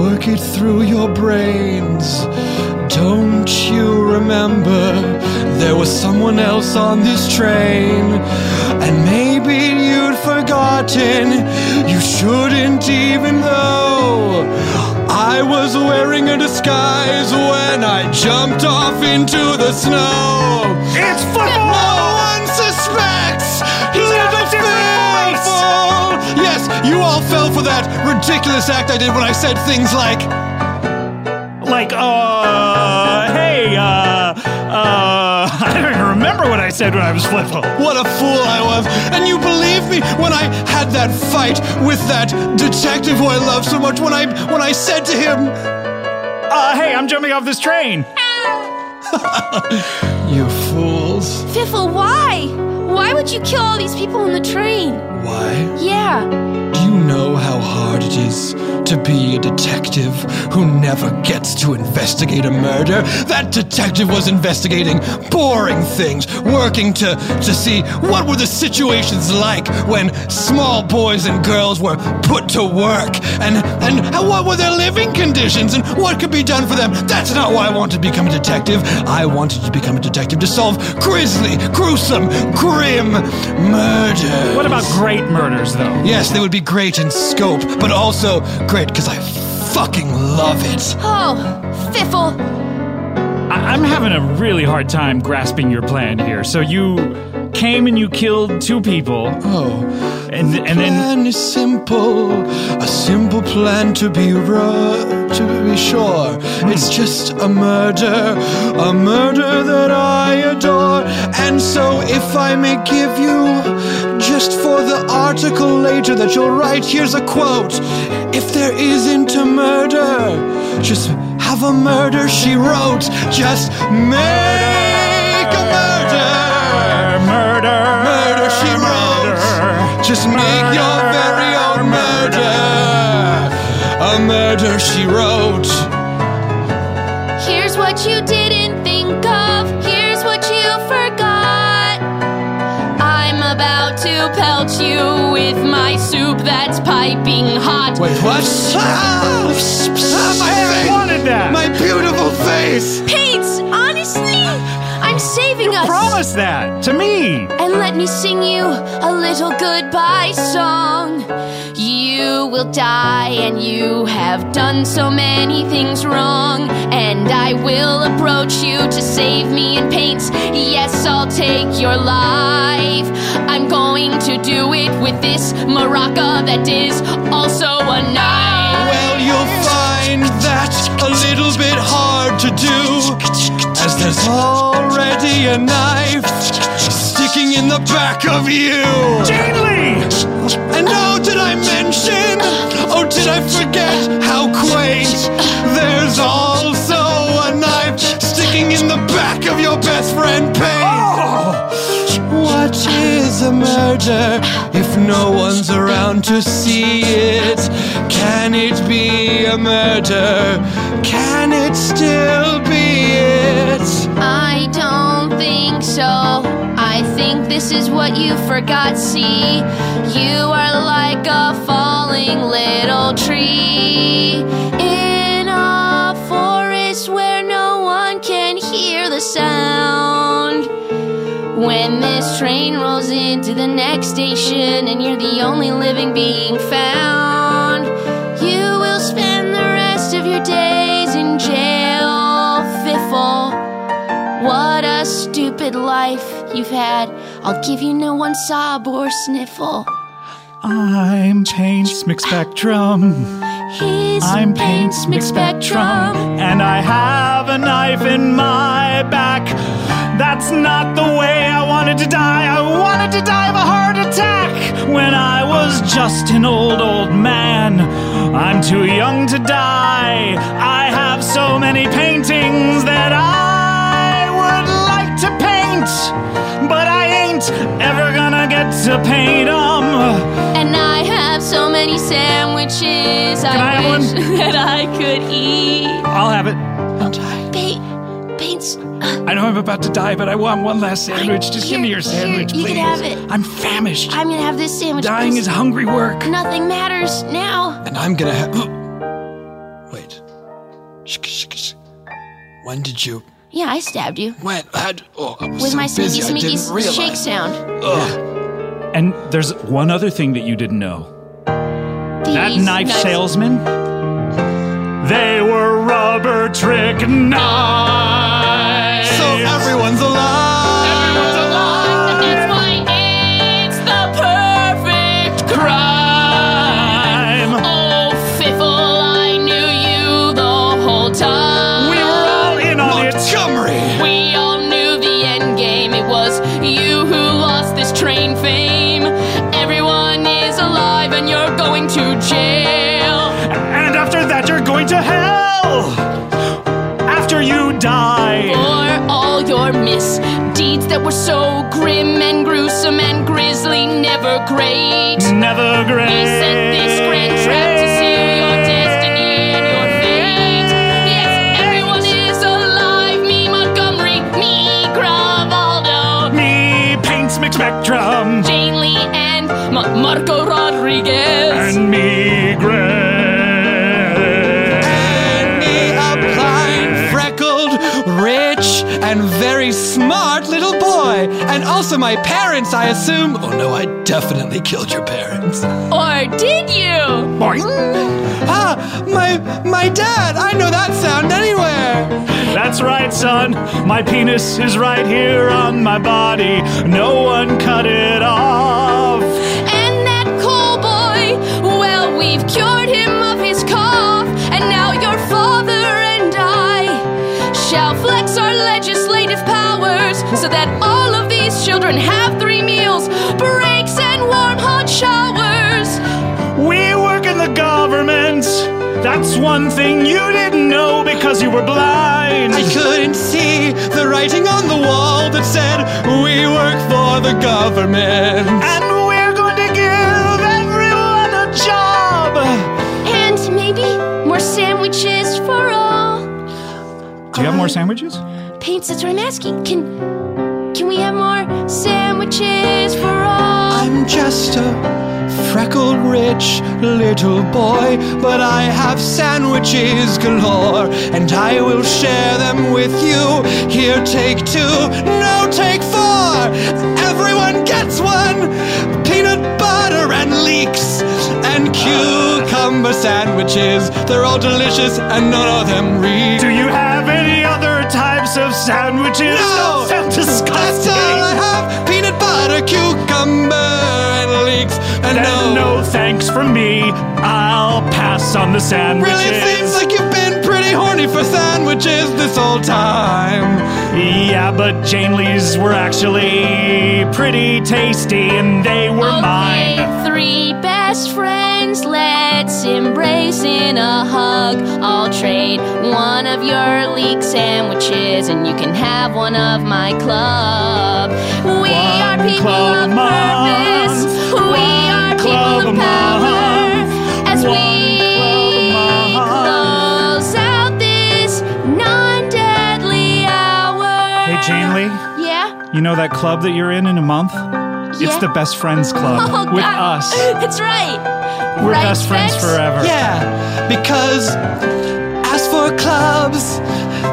Speaker 3: Work it through your brains. Don't you remember? There was someone else on this train. And maybe you'd forgotten. You shouldn't even though. I was wearing a disguise when I jumped off into the snow.
Speaker 7: It's
Speaker 3: No
Speaker 7: football.
Speaker 3: one suspects he's
Speaker 7: got
Speaker 3: a
Speaker 7: a different voice.
Speaker 3: fearful. Yes, you all fell for that ridiculous act I did when I said things like,
Speaker 7: Like, uh, hey, uh, uh, I don't even remember what I said when I was flipful.
Speaker 3: "What a fool I was," and you believed me when I had that fight with that detective who I love so much. When I when I said to him,
Speaker 7: Uh, hey, I'm jumping off this train.
Speaker 3: "You fools,
Speaker 2: Fiffle, why? Why would you kill all these people on the train?
Speaker 3: why?"
Speaker 2: Yeah.
Speaker 3: Do you know how hard it is to be a detective who never gets to investigate a murder? That detective was investigating boring things, working to, to see what were the situations like when small boys and girls were put to work and, and how- what were their living conditions and what could be done for them. That's not why I wanted to become a detective. I wanted to become a detective to solve grisly, gruesome, grim murder.
Speaker 7: What about great murders, though?
Speaker 3: Yes, they would be great in scope, but also great because I fucking love it.
Speaker 2: Oh, Fiffle.
Speaker 7: I- I'm having a really hard time grasping your plan here. So you
Speaker 14: came and you killed two people.
Speaker 3: Oh,
Speaker 14: And,
Speaker 3: the
Speaker 14: and then
Speaker 3: plan is simple, a simple plan to be ru- to be sure.
Speaker 14: Hmm.
Speaker 3: It's just a murder, a murder that I adore. And so, if I may give you, just for the article later that you'll write, here's a quote: If there isn't a murder, just have a murder. She wrote, just make a murder.
Speaker 14: murder.
Speaker 3: Murder, she wrote. Just make your very own murder. A murder, she wrote.
Speaker 2: Here's what you didn't think of. Here's what you forgot. I'm about to pelt you with my soup that's piping hot.
Speaker 3: Wait, what? Ah, Ah, my face!
Speaker 7: wanted that.
Speaker 3: My beautiful face!
Speaker 2: Pates, honestly, I'm saving us.
Speaker 7: Promise that to me.
Speaker 2: And let me sing you a little goodbye song. You will die, and you have done so many things wrong. And I will approach you to save me in paints. Yes, I'll take your life. I'm going to do it with this maraca that is also a knife.
Speaker 3: Well, you'll find that a little bit hard to do, as there's already a knife sticking in the back of you. And oh, did I mention? Oh, did I forget how quaint? There's also a knife sticking in the back of your best friend, Paige. What is a murder if no one's around to see it? Can it be a murder? Can it still be it?
Speaker 2: I don't think so. I think this is what you forgot. See, you are like a falling little tree in a forest where no one can hear the sound. When this train rolls into the next station and you're the only living being found, you will spend the rest of your days in jail, Fiffle. What a stupid life you've had. I'll give you no one sob or sniffle.
Speaker 14: I'm Paints Spectrum.
Speaker 2: He's
Speaker 14: I'm Paints
Speaker 2: Spectrum.
Speaker 7: And I have a knife in my back. That's not the way I wanted to die. I wanted to die of a heart attack when I was just an old, old man. I'm too young to die. I have so many paintings that I would like to paint, but I ain't ever gonna get to paint 'em.
Speaker 2: And I have so many sandwiches
Speaker 7: I
Speaker 2: I,
Speaker 7: have
Speaker 2: wish that I could eat.
Speaker 14: I'll have it.
Speaker 2: Paint, paints.
Speaker 14: I know I'm about to die, but I want one last sandwich. Just give me your
Speaker 2: Here,
Speaker 14: sandwich,
Speaker 2: you
Speaker 14: please.
Speaker 2: can have it.
Speaker 14: I'm famished.
Speaker 2: I'm gonna have this sandwich.
Speaker 14: Dying is
Speaker 2: please.
Speaker 14: hungry work.
Speaker 2: Nothing matters now.
Speaker 3: And I'm gonna have. Wait. Shk, shk, shk. When did you?
Speaker 2: Yeah, I stabbed you
Speaker 3: When? I'd, oh, I was
Speaker 2: with
Speaker 3: so
Speaker 2: my
Speaker 3: busy,
Speaker 2: sneaky sneaky
Speaker 3: I didn't realize.
Speaker 2: shake sound.
Speaker 3: Ugh.
Speaker 14: And there's one other thing that you didn't know. That
Speaker 2: These
Speaker 14: knife
Speaker 2: knives-
Speaker 14: salesman,
Speaker 7: They were rubber trick knives.
Speaker 3: So everyone's alive.
Speaker 2: Oh, That's why it's the perfect
Speaker 7: crime.
Speaker 2: Oh, Fiffle, I knew you the whole time.
Speaker 7: We were all in on it.
Speaker 3: Montgomery.
Speaker 2: We all knew the end game. It was you who lost this train fame. Everyone is alive and you're going to jail.
Speaker 7: And after that, you're going to hell. After you die.
Speaker 2: For all your misdeeds that were so grim and gruesome and grisly, never great.
Speaker 7: Never great.
Speaker 2: He sent this grand trap to seal your destiny and your fate. Yes, everyone is alive. Me, Montgomery, me, Gravaldo,
Speaker 7: Me paints McSpectrum.
Speaker 2: Jane Lee, and Ma- Marco Rodriguez.
Speaker 7: And me gray.
Speaker 3: Annie, a blind, freckled, rich, and very smart little boy. And also my parents, I assume. Oh no, I definitely killed your parents.
Speaker 2: Or did you?
Speaker 7: Boing.
Speaker 3: Ah, my my dad. I know that sound anywhere.
Speaker 7: That That's right, son. My penis is right here on my body. No one cut it off.
Speaker 2: And that coal boy, well, we've cured him of his cough. And now your father and I shall flex our legislative powers so that all of these children have three meals, breaks, and warm hot showers.
Speaker 7: We work in the government. That's one thing you didn't know because you were blind.
Speaker 3: I couldn't see the writing on the wall that said, We work for the government.
Speaker 7: And we're going to give everyone a job.
Speaker 2: And maybe more sandwiches for all.
Speaker 15: Do you have
Speaker 3: Um,
Speaker 15: more sandwiches?
Speaker 2: Paints, that's what I'm asking. Can can we have more sandwiches for all?
Speaker 3: I'm just a freckled, rich little boy, but I have sandwiches galore, and I will share them with you. Here, take two, no, take four. Everyone gets one. Peanut butter and leeks and cucumber sandwiches. They're all delicious, and none of them reek.
Speaker 7: Do you have any other types of sandwiches?
Speaker 3: No!
Speaker 7: Those sound
Speaker 3: That's all I
Speaker 7: disgusting.
Speaker 3: have. Peanut butter, cucumber, and leeks, and no.
Speaker 7: Then no thanks from me. I'll pass on the sandwiches.
Speaker 3: Really seems like you've been pretty horny for sandwiches this whole time.
Speaker 7: Yeah, but Jane Lee's were actually pretty tasty and they were mine.
Speaker 2: Okay, three best friends, let's embrace in a hug. I'll trade one of your leek sandwiches, and you can have one of my club. We
Speaker 7: One
Speaker 2: are people
Speaker 7: club
Speaker 2: of
Speaker 7: a
Speaker 2: purpose.
Speaker 7: month.
Speaker 2: We
Speaker 7: One
Speaker 2: are
Speaker 7: club
Speaker 2: people
Speaker 7: a
Speaker 2: of power.
Speaker 7: month.
Speaker 2: As
Speaker 7: One
Speaker 2: we
Speaker 7: club a month.
Speaker 2: close out this non-deadly hour.
Speaker 15: Hey, Jane Lee,
Speaker 2: Yeah.
Speaker 15: you know that club that you're in in a month? It's
Speaker 2: Yeah.
Speaker 15: the Best Friends
Speaker 7: Uh,
Speaker 15: Club
Speaker 2: Oh,
Speaker 15: with
Speaker 2: God.
Speaker 15: us.
Speaker 2: That's right.
Speaker 15: We're
Speaker 2: right,
Speaker 15: best friends
Speaker 2: Spence?
Speaker 15: forever.
Speaker 3: Yeah, because as for clubs,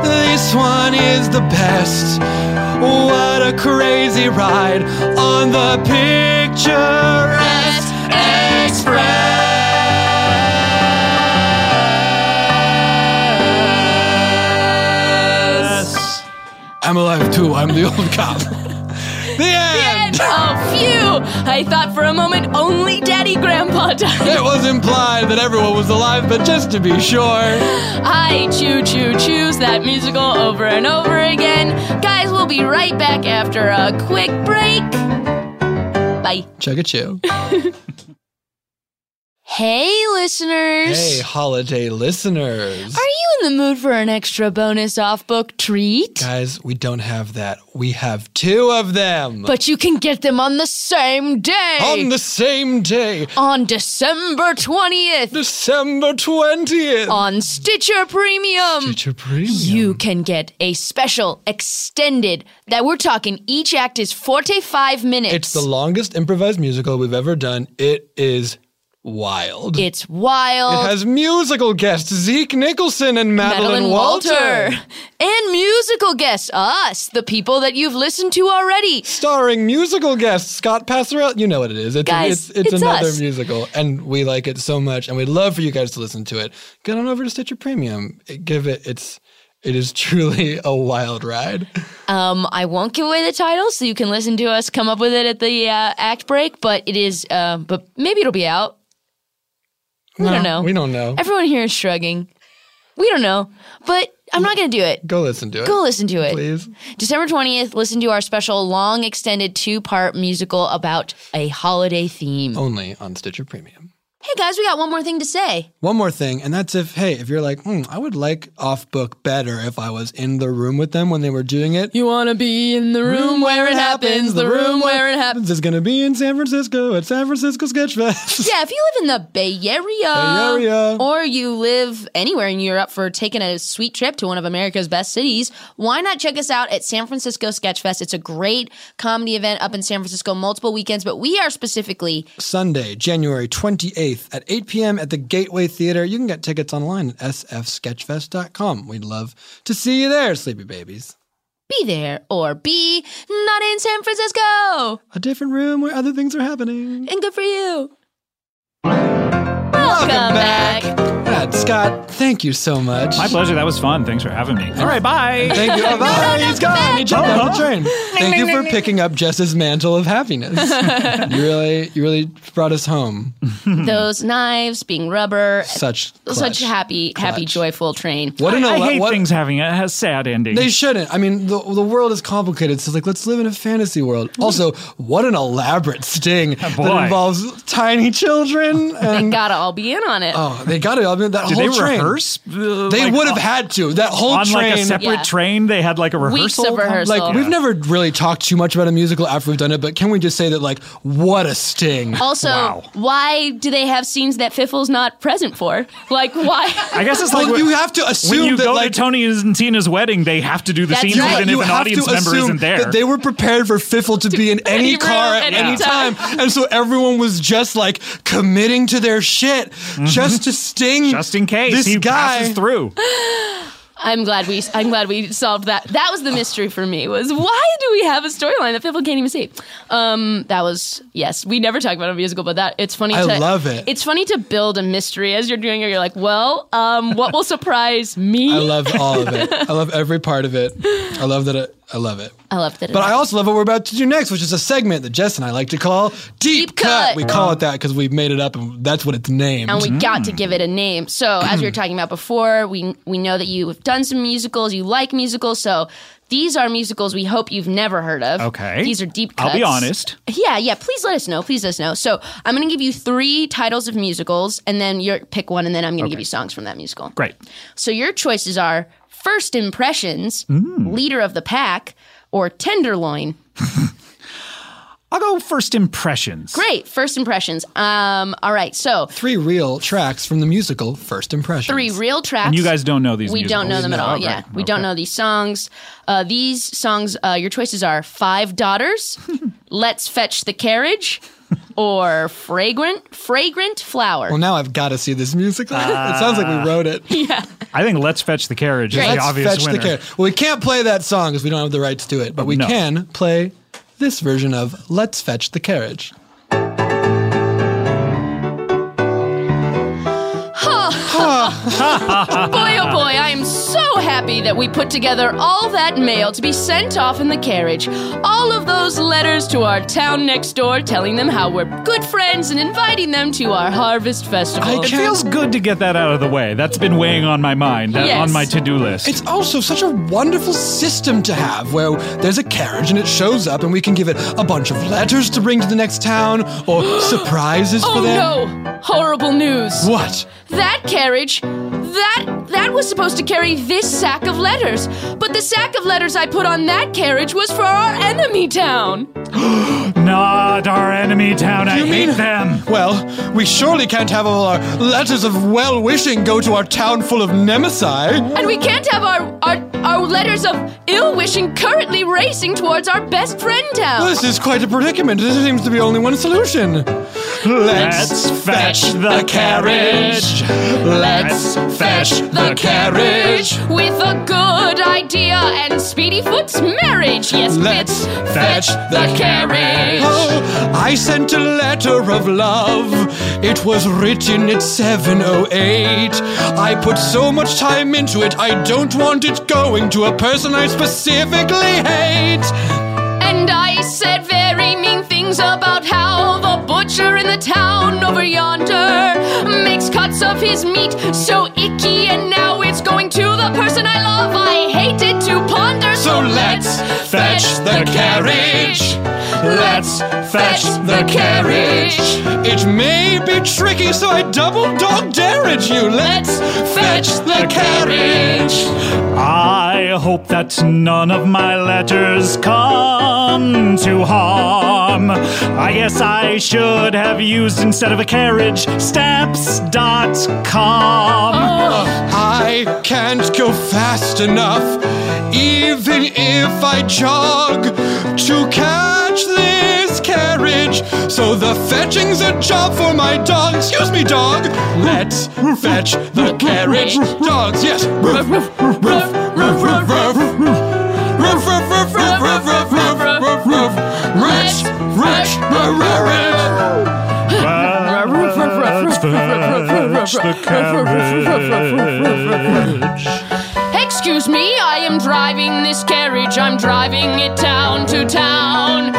Speaker 3: this one is the best. What a crazy ride on the picturesque express. I'm alive too. I'm the old cop. the end.
Speaker 2: And- oh, phew! I thought for a moment only Daddy Grandpa died.
Speaker 3: It was implied that everyone was alive, but just to be sure.
Speaker 2: I choo choo choose that musical over and over again. Guys, we'll be right back after a quick break. Bye.
Speaker 3: Chugga chew.
Speaker 2: Hey, listeners.
Speaker 3: Hey, holiday listeners.
Speaker 2: Are you in the mood for an extra bonus off book treat?
Speaker 3: Guys, we don't have that. We have two of them
Speaker 2: But you can get them on the same day.
Speaker 3: on the same day,
Speaker 2: on December 20th
Speaker 3: December 20th.
Speaker 2: on Stitcher Premium.
Speaker 3: Teacher Premium.
Speaker 2: Um, You can get a special extended that we're talking each act is 45 minutes.
Speaker 3: It's the longest improvised musical we've ever done. It is wild. It,
Speaker 2: It's wild.
Speaker 3: has musical guests Zeke Nicholson and Madeline,
Speaker 2: Madeline Walter. And musical guests, us, the people that you've listened to already.
Speaker 3: Starring musical guests Scott Passarell. You know what it is. It's,
Speaker 2: Guys,
Speaker 3: it's, it's,
Speaker 2: it's
Speaker 3: another
Speaker 2: us.
Speaker 3: musical, and we like it so much, and we'd love for you guys to listen to it. Get on over to Stitcher Premium. Give it. It's. It is truly a wild ride.
Speaker 2: Um, I won't give away the title, so you can listen to us come up with it at the uh, act break. But it is, uh, but maybe it'll be out. We don't know.
Speaker 3: We don't know.
Speaker 2: Everyone here is shrugging. We don't know, but I'm not going to do it.
Speaker 3: Go listen to it.
Speaker 2: Go listen to it.
Speaker 3: please.
Speaker 2: December 20th, listen to our special long extended two part musical about a holiday theme.
Speaker 3: Only on Stitcher Premium.
Speaker 2: Hey guys, we got one more thing to say.
Speaker 3: One more thing, and that's if hey, if you're like, hmm, I would like off book better if I was in the room with them when they were doing it.
Speaker 2: You want to be in the room where it happens, the room where it happens.
Speaker 3: is gonna be in San Francisco at San Francisco Sketch Fest.
Speaker 2: Yeah, if you live in the Bay Area,
Speaker 3: Bay Area.
Speaker 2: or you live anywhere and you're up for taking a sweet trip to one of America's best cities, why not check us out at San Francisco Sketchfest? It's a great comedy event up in San Francisco, multiple weekends, but we are specifically
Speaker 3: Sunday, January 28th at 8 p.m. at the Gateway Theater. You can get tickets online at sfsketchfest.com. We'd love to see you there, sleepy babies.
Speaker 2: be there or be not in San Francisco.
Speaker 3: A different room where other things are happening.
Speaker 2: And good for you.
Speaker 3: Welcome
Speaker 2: back.
Speaker 3: back. God, Scott, thank you so much.
Speaker 7: My pleasure. That was fun. Thanks for having me. All right, bye.
Speaker 3: Thank you. Oh, bye. He's gone. He
Speaker 7: Oh,
Speaker 3: jumped off the train. Thank you for picking up Jess's mantle of happiness. you really, you really brought us home.
Speaker 2: Those knives being rubber,
Speaker 3: Such,
Speaker 2: such
Speaker 3: clutch.
Speaker 2: happy, happy, joyful train.
Speaker 3: What an
Speaker 7: I
Speaker 3: ele-
Speaker 7: hate
Speaker 3: what-
Speaker 7: things having a a sad ending.
Speaker 3: They shouldn't. I mean, the, the world is complicated. So, like, let's live in a fantasy world. Also, what an elaborate sting
Speaker 7: Oh, boy.
Speaker 3: that involves tiny children.
Speaker 2: They
Speaker 3: And
Speaker 2: gotta all be in on it.
Speaker 3: oh, they got it. I mean, that
Speaker 7: Did
Speaker 3: whole
Speaker 7: they
Speaker 3: train.
Speaker 7: rehearse? Uh,
Speaker 3: They
Speaker 7: like,
Speaker 3: would have
Speaker 7: on-
Speaker 3: had to. That whole
Speaker 7: on
Speaker 3: train.
Speaker 7: like a separate
Speaker 2: Yeah.
Speaker 7: train. They had like a rehearsal.
Speaker 2: Weeks of rehearsal.
Speaker 3: like we've never really talked too much about a musical after we've done it, but can we just say that like what a sting?
Speaker 2: Also,
Speaker 7: Wow.
Speaker 2: why do they have scenes that Fiffle's not present for? Like, why?
Speaker 7: I guess it's like
Speaker 3: Well,
Speaker 7: when-
Speaker 3: you have to
Speaker 7: when
Speaker 3: assume
Speaker 7: you
Speaker 3: that
Speaker 7: go
Speaker 3: like
Speaker 7: to Tony and Tina's wedding, they have to do the
Speaker 2: That's
Speaker 7: scenes
Speaker 2: right.
Speaker 7: even
Speaker 3: you
Speaker 7: if an
Speaker 3: have
Speaker 7: audience
Speaker 3: to
Speaker 7: member
Speaker 3: assume
Speaker 7: isn't there.
Speaker 3: That they were prepared for Fiffle to be in any
Speaker 2: any
Speaker 3: car
Speaker 2: room,
Speaker 3: at
Speaker 2: any
Speaker 3: any
Speaker 2: time.
Speaker 3: time. And so everyone was just like committing to their shit just to sting
Speaker 7: Mm-hmm. just in case
Speaker 3: this
Speaker 7: he
Speaker 3: guy
Speaker 7: passes through.
Speaker 2: I'm glad we I'm glad we solved that. That was the mystery for me. Was why do we have a storyline that Fiffle can't even see? Um, that was yes. We never talk about a musical, but that it's funny.
Speaker 3: I
Speaker 2: to,
Speaker 3: love it.
Speaker 2: It's funny to build a mystery as you're doing it. You're like, well, um, what will surprise me?
Speaker 3: I love all of it. I love every part of it. I love that. It, I love it.
Speaker 2: I loved it.
Speaker 3: But I also love what we're about to do next, which is a segment that Jess and I like to call Deep, Cut.
Speaker 2: Cut.
Speaker 3: We call it that because we've made it up and that's what it's named.
Speaker 2: and we got to
Speaker 7: Mm.
Speaker 2: give it a name. So, as we were talking about before, we we know that you have done some musicals, you like musicals, so these are musicals we hope you've never heard of.
Speaker 7: Okay.
Speaker 2: These are deep cuts.
Speaker 7: I'll be honest.
Speaker 2: Yeah, yeah, please let us know. Please let us know. So, I'm going to give you 3 titles of musicals and then you pick one and then I'm going to give you songs from that musical.
Speaker 7: Great.
Speaker 2: So, your choices are First Impressions,
Speaker 7: Mm.
Speaker 2: Leader of the Pack, or Tenderloin.
Speaker 7: I'll go first impressions.
Speaker 2: Great, First Impressions. Um all right. So,
Speaker 3: Three real tracks from the musical First Impressions.
Speaker 2: three real tracks.
Speaker 7: And you guys don't know these.
Speaker 2: we don't know
Speaker 7: musicals.
Speaker 2: them at all.
Speaker 7: Okay.
Speaker 2: Yeah, we
Speaker 7: Okay.
Speaker 2: don't know these songs. Uh, these songs, uh, your choices are Five Daughters, Let's Fetch the Carriage, or Fragrant Fragrant Flower.
Speaker 3: Well, now I've got to see this musical.
Speaker 7: Ah.
Speaker 3: it sounds like we wrote it.
Speaker 7: I think "Let's Fetch the Carriage" is the
Speaker 3: Let's
Speaker 7: obvious
Speaker 3: fetch
Speaker 7: winner.
Speaker 3: the carrot. Well, we can't play that song because we don't have the rights to it, but we
Speaker 7: No.
Speaker 3: can play this version of "Let's Fetch the Carriage."
Speaker 2: boy, oh boy, I am so happy that we put together all that mail to be sent off in the carriage. All of those letters to our town next door telling them how we're good friends and inviting them to our harvest festival.
Speaker 7: It feels good to get that out of the way. That's been weighing on my mind, that-
Speaker 2: Yes.
Speaker 7: on my to-do list.
Speaker 3: It's also such a wonderful system to have, where there's a carriage and it shows up, and we can give it a bunch of letters to bring to the next town or surprises
Speaker 2: oh
Speaker 3: for them.
Speaker 2: no! Horrible news!
Speaker 3: What?
Speaker 2: That carriage, that that was supposed to carry this sack of letters, but the sack of letters I put on that carriage was for our enemy town.
Speaker 7: Not our enemy town. I hate them.
Speaker 3: Well, we surely can't have all our letters of well wishing go to our town full of nemesi.
Speaker 2: And we can't have our our, our letters of ill wishing currently racing towards our best friend town.
Speaker 3: This is quite a predicament. This seems to be only one solution. Let's,
Speaker 7: Let's fetch the carriage.
Speaker 3: Let's
Speaker 7: fetch the carriage.
Speaker 2: With a good idea and Speedy Foot's marriage. Yes,
Speaker 3: Let's
Speaker 2: Fitz,
Speaker 3: fetch the
Speaker 2: carriage.
Speaker 3: Oh, I sent a letter of love. It was written at 708. I put so much time into it, I don't want it going to a person I specifically hate.
Speaker 2: And I said very mean things about how the butcher in the town over yonder makes cuts of his meat so icky, and now it's going to the person I love. I hated to ponder, so,
Speaker 3: So let's fetch the carriage.
Speaker 2: Let's fetch the carriage.
Speaker 3: It may be tricky, so I double dog dare at you. Let's fetch the carriage.
Speaker 7: I hope that none of my letters come to harm. I guess I should have used instead of a carriage
Speaker 2: Oh,
Speaker 7: steps.com.
Speaker 3: I can't go fast enough, even if I jog, to catch this carriage. So the fetching's a job for my dog. Excuse me, dog. Let's fetch the carriage. Dogs, yes. Roof, roof, roof, roof, roof, roof, roof. Roof, roof, roof, roof, roof, roof, roof, roof, roof. Rich, rich, rich, rich.
Speaker 7: Let's fetch the carriage.
Speaker 2: driving this carriage, I'm driving it town to town.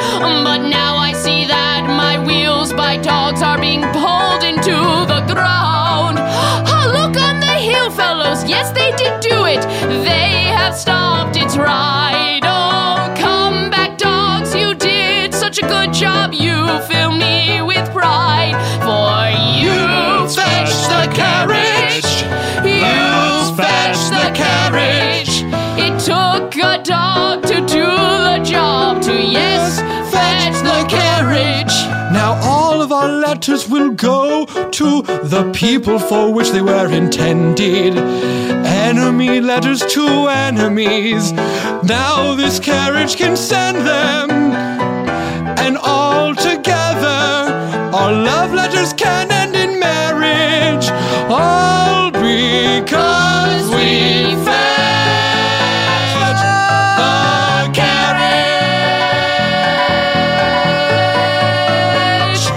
Speaker 2: But now I see that my wheels by dogs are being pulled into the ground. Ah, look on the hill, fellows, yes, they did do it. They have stopped its ride. Oh, come back, dogs, you did such a good job. You fill me with pride, for you fetch the carriage. You fetch the carriage. It took a dog to do the job. To yes, fetch the carriage.
Speaker 3: Now all of our letters will go to the people for which they were intended. Enemy letters to enemies. Now this carriage can send them. And all together, our love letters can end in marriage. All because we fetch the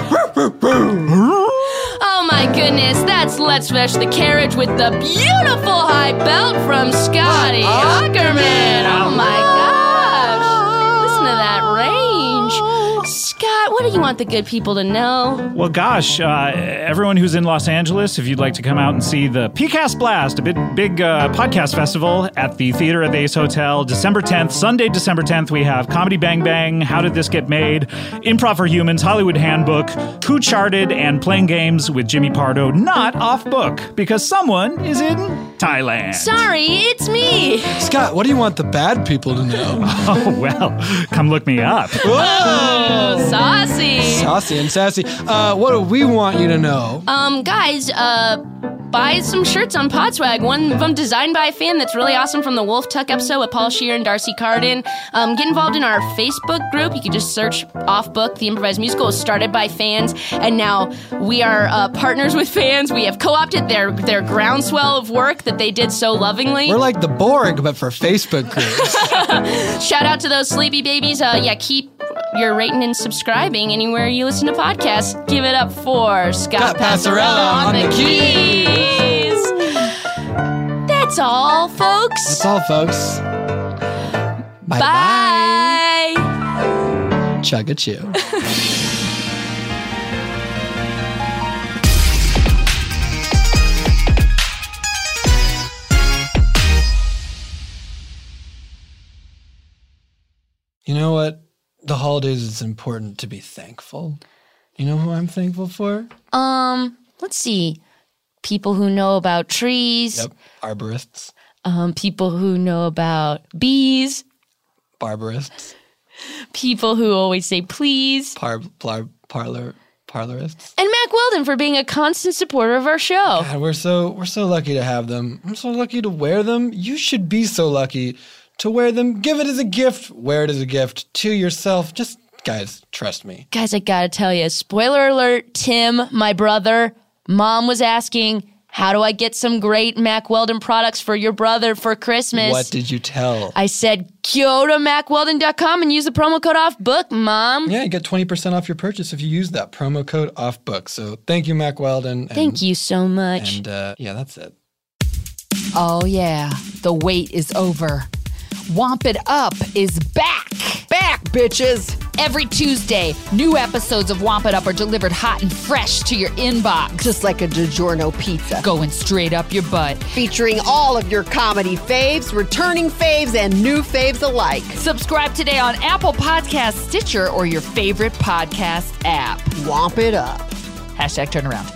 Speaker 3: carriage.
Speaker 2: Oh my goodness, that's Let's Fetch the Carriage with the beautiful high belt from Scotty Ackerman. Oh my gosh. Listen to that range. Scott, what do you want the good people to know?
Speaker 7: Well, gosh, uh, everyone who's in Los Angeles, if you'd like to come out and see the PCAST Blast, a big, big uh, podcast festival at the Theater at the Ace Hotel, December 10th, Sunday, December 10th, we have Comedy Bang Bang, How Did This Get Made, Improv for Humans, Hollywood Handbook, Who Charted, and Playing Games with Jimmy Pardo, not off book, because someone is in Thailand.
Speaker 2: Sorry, it's me.
Speaker 3: Scott, what do you want the bad people to know?
Speaker 7: oh, well, come look me up.
Speaker 2: Oh, saucy.
Speaker 3: Saucy and sassy. Uh, what do we want you to know?
Speaker 2: Um, guys, uh, buy some shirts on Podswag. One of them designed by a fan that's really awesome from the Wolf Tuck episode with Paul Shear and Darcy Carden. Um, get involved in our Facebook group. You can just search Off Book, the improvised musical. It was started by fans, and now we are uh, partners with fans. We have co-opted their their groundswell of work that they did so lovingly.
Speaker 3: We're like the Borg, but for Facebook groups.
Speaker 2: Shout out to those sleepy babies. Uh, yeah, keep your rating and subscribing anywhere you listen to podcasts. Give it up for Scott
Speaker 3: Scott
Speaker 2: Passarella
Speaker 3: Passarella
Speaker 2: on
Speaker 3: on
Speaker 2: the
Speaker 3: the
Speaker 2: keys. That's all, folks.
Speaker 3: That's all, folks. Bye
Speaker 2: Bye.
Speaker 3: Chugga chew. you know what? The holidays, it's important to be thankful. You know who I'm thankful for?
Speaker 10: Um, let's see. People who know about trees,
Speaker 3: Yep. Arborists,
Speaker 10: um, people who know about bees,
Speaker 3: barbarists,
Speaker 10: people who always say please,
Speaker 3: par, par, parlor, parlorists.
Speaker 10: and Mac Weldon for being a constant supporter of our show.
Speaker 3: God, we're so we're so lucky to have them. I'm so lucky to wear them. You should be so lucky to wear them. Give it as a gift. Wear it as a gift to yourself. Just guys, trust me.
Speaker 10: Guys, I gotta tell you, spoiler alert, Tim, my brother, mom was asking, how do I get some great Mac Weldon products for your brother for Christmas?
Speaker 3: What did you tell?
Speaker 10: I said, go to macweldon.com and use the promo code off book, mom.
Speaker 3: yeah, you get 20% off your purchase if you use that promo code off book. So thank you, Mac Weldon. And,
Speaker 10: Thank you so much.
Speaker 3: And uh, yeah, that's it.
Speaker 1: Oh, yeah, the wait is over. Womp It Up is back! Back, bitches! Every Tuesday, new episodes of Womp It Up are delivered hot and fresh to your inbox.
Speaker 16: Just like a DiGiorno pizza.
Speaker 1: Going straight up your butt.
Speaker 16: Featuring all of your comedy faves, returning faves, and new faves alike.
Speaker 1: Subscribe today on Apple Podcasts, Stitcher, or your favorite podcast app.
Speaker 16: Womp it up.
Speaker 1: Hashtag turnaround.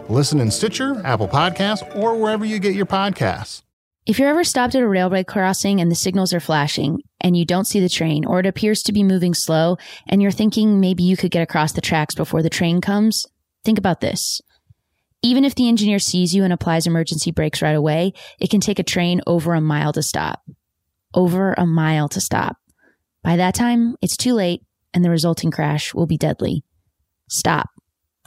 Speaker 17: Listen in Stitcher, Apple Podcasts, or wherever you get your podcasts.
Speaker 2: If you're ever stopped at a railroad crossing and the signals are flashing and you don't see the train or it appears to be moving slow and you're thinking maybe you could get across the tracks before the train comes, think about this. Even if the engineer sees you and applies emergency brakes right away, it can take a train over a mile to stop. Over a mile to stop. By that time, it's too late and the resulting crash will be deadly. Stop.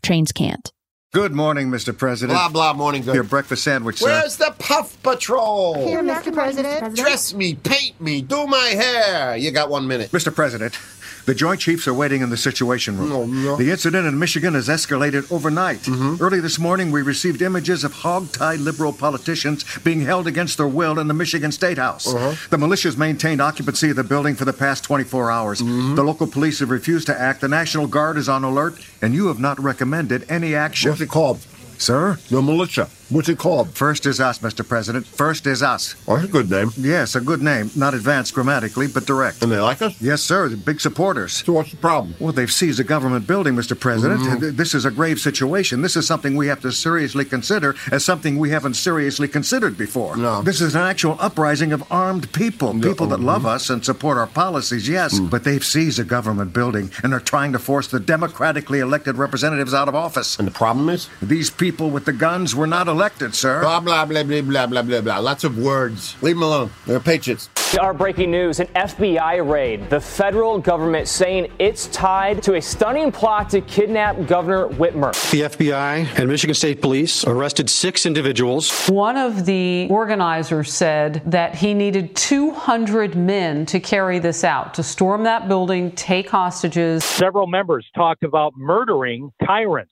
Speaker 2: Trains can't.
Speaker 7: Good morning, Mr. President.
Speaker 5: Blah, blah, morning, good.
Speaker 7: Your breakfast sandwich, sir.
Speaker 5: Where's the Puff Patrol?
Speaker 9: Here, Mr. President.
Speaker 5: Dress me, paint me, do my hair. You got one minute.
Speaker 7: Mr. President, the Joint Chiefs are waiting in the Situation Room.
Speaker 5: Oh,
Speaker 7: The incident in Michigan has escalated overnight.
Speaker 5: Mm-hmm.
Speaker 7: Early this morning, we received images of hog-tied liberal politicians being held against their will in the Michigan State House.
Speaker 5: Uh-huh.
Speaker 7: The militias maintained occupancy of the building for the past 24 hours.
Speaker 5: Mm-hmm.
Speaker 7: The local police have refused to act. The National Guard is on alert, and you have not recommended any action. What's
Speaker 5: it called?
Speaker 7: Sir?
Speaker 5: The militia. What's it called?
Speaker 7: First is us, Mr. President. First is us.
Speaker 5: Oh, that's a good name.
Speaker 7: Yes, a good name. Not advanced grammatically, but direct.
Speaker 5: And they like us?
Speaker 7: Yes, sir. They're big supporters. So
Speaker 5: what's the problem?
Speaker 7: Well, they've seized a government building, Mr. President.
Speaker 5: Mm.
Speaker 7: Th- This is a grave situation. This is something we have to seriously consider as something we haven't seriously considered before.
Speaker 5: No.
Speaker 7: This is an actual uprising of armed people. People that love
Speaker 5: Mm-hmm.
Speaker 7: us and support our policies, yes,
Speaker 5: Mm.
Speaker 7: but they've seized a government building and are trying to force the democratically elected representatives out of office.
Speaker 5: And the problem is?
Speaker 7: These people with the guns were not elected, sir.
Speaker 5: Um, Blah, blah, blah, blah, blah, blah, blah, blah. Lots of words. Leave them alone. They're patriots.
Speaker 18: Our breaking news an FBI raid. The federal government saying it's tied to a stunning plot to kidnap Governor Whitmer.
Speaker 19: The FBI and Michigan State Police arrested six individuals.
Speaker 20: One of the organizers said that he needed 200 men to carry this out, to storm that building, take hostages.
Speaker 21: Several members talked about murdering tyrants.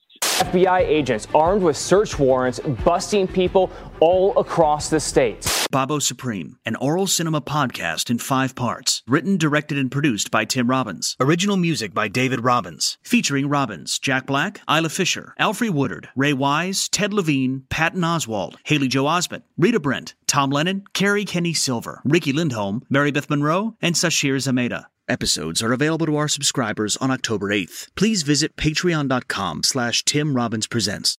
Speaker 18: FBI agents armed with search warrants busting people all across the state.
Speaker 8: Babo Supreme, an oral cinema podcast in five parts, written, directed, and produced by Tim Robbins. Original music by David Robbins, featuring Robbins, Jack Black, Isla Fisher, Alfre Woodard, Ray Wise, Ted Levine, Patton Oswald, Haley Joe Osment, Rita Brent, Tom Lennon, Carrie Kenny Silver, Ricky Lindholm, Mary Beth Monroe, and Sashir Zameda. Episodes are available to our subscribers on October 8th. Please visit patreon.com slash Tim Robbins Presents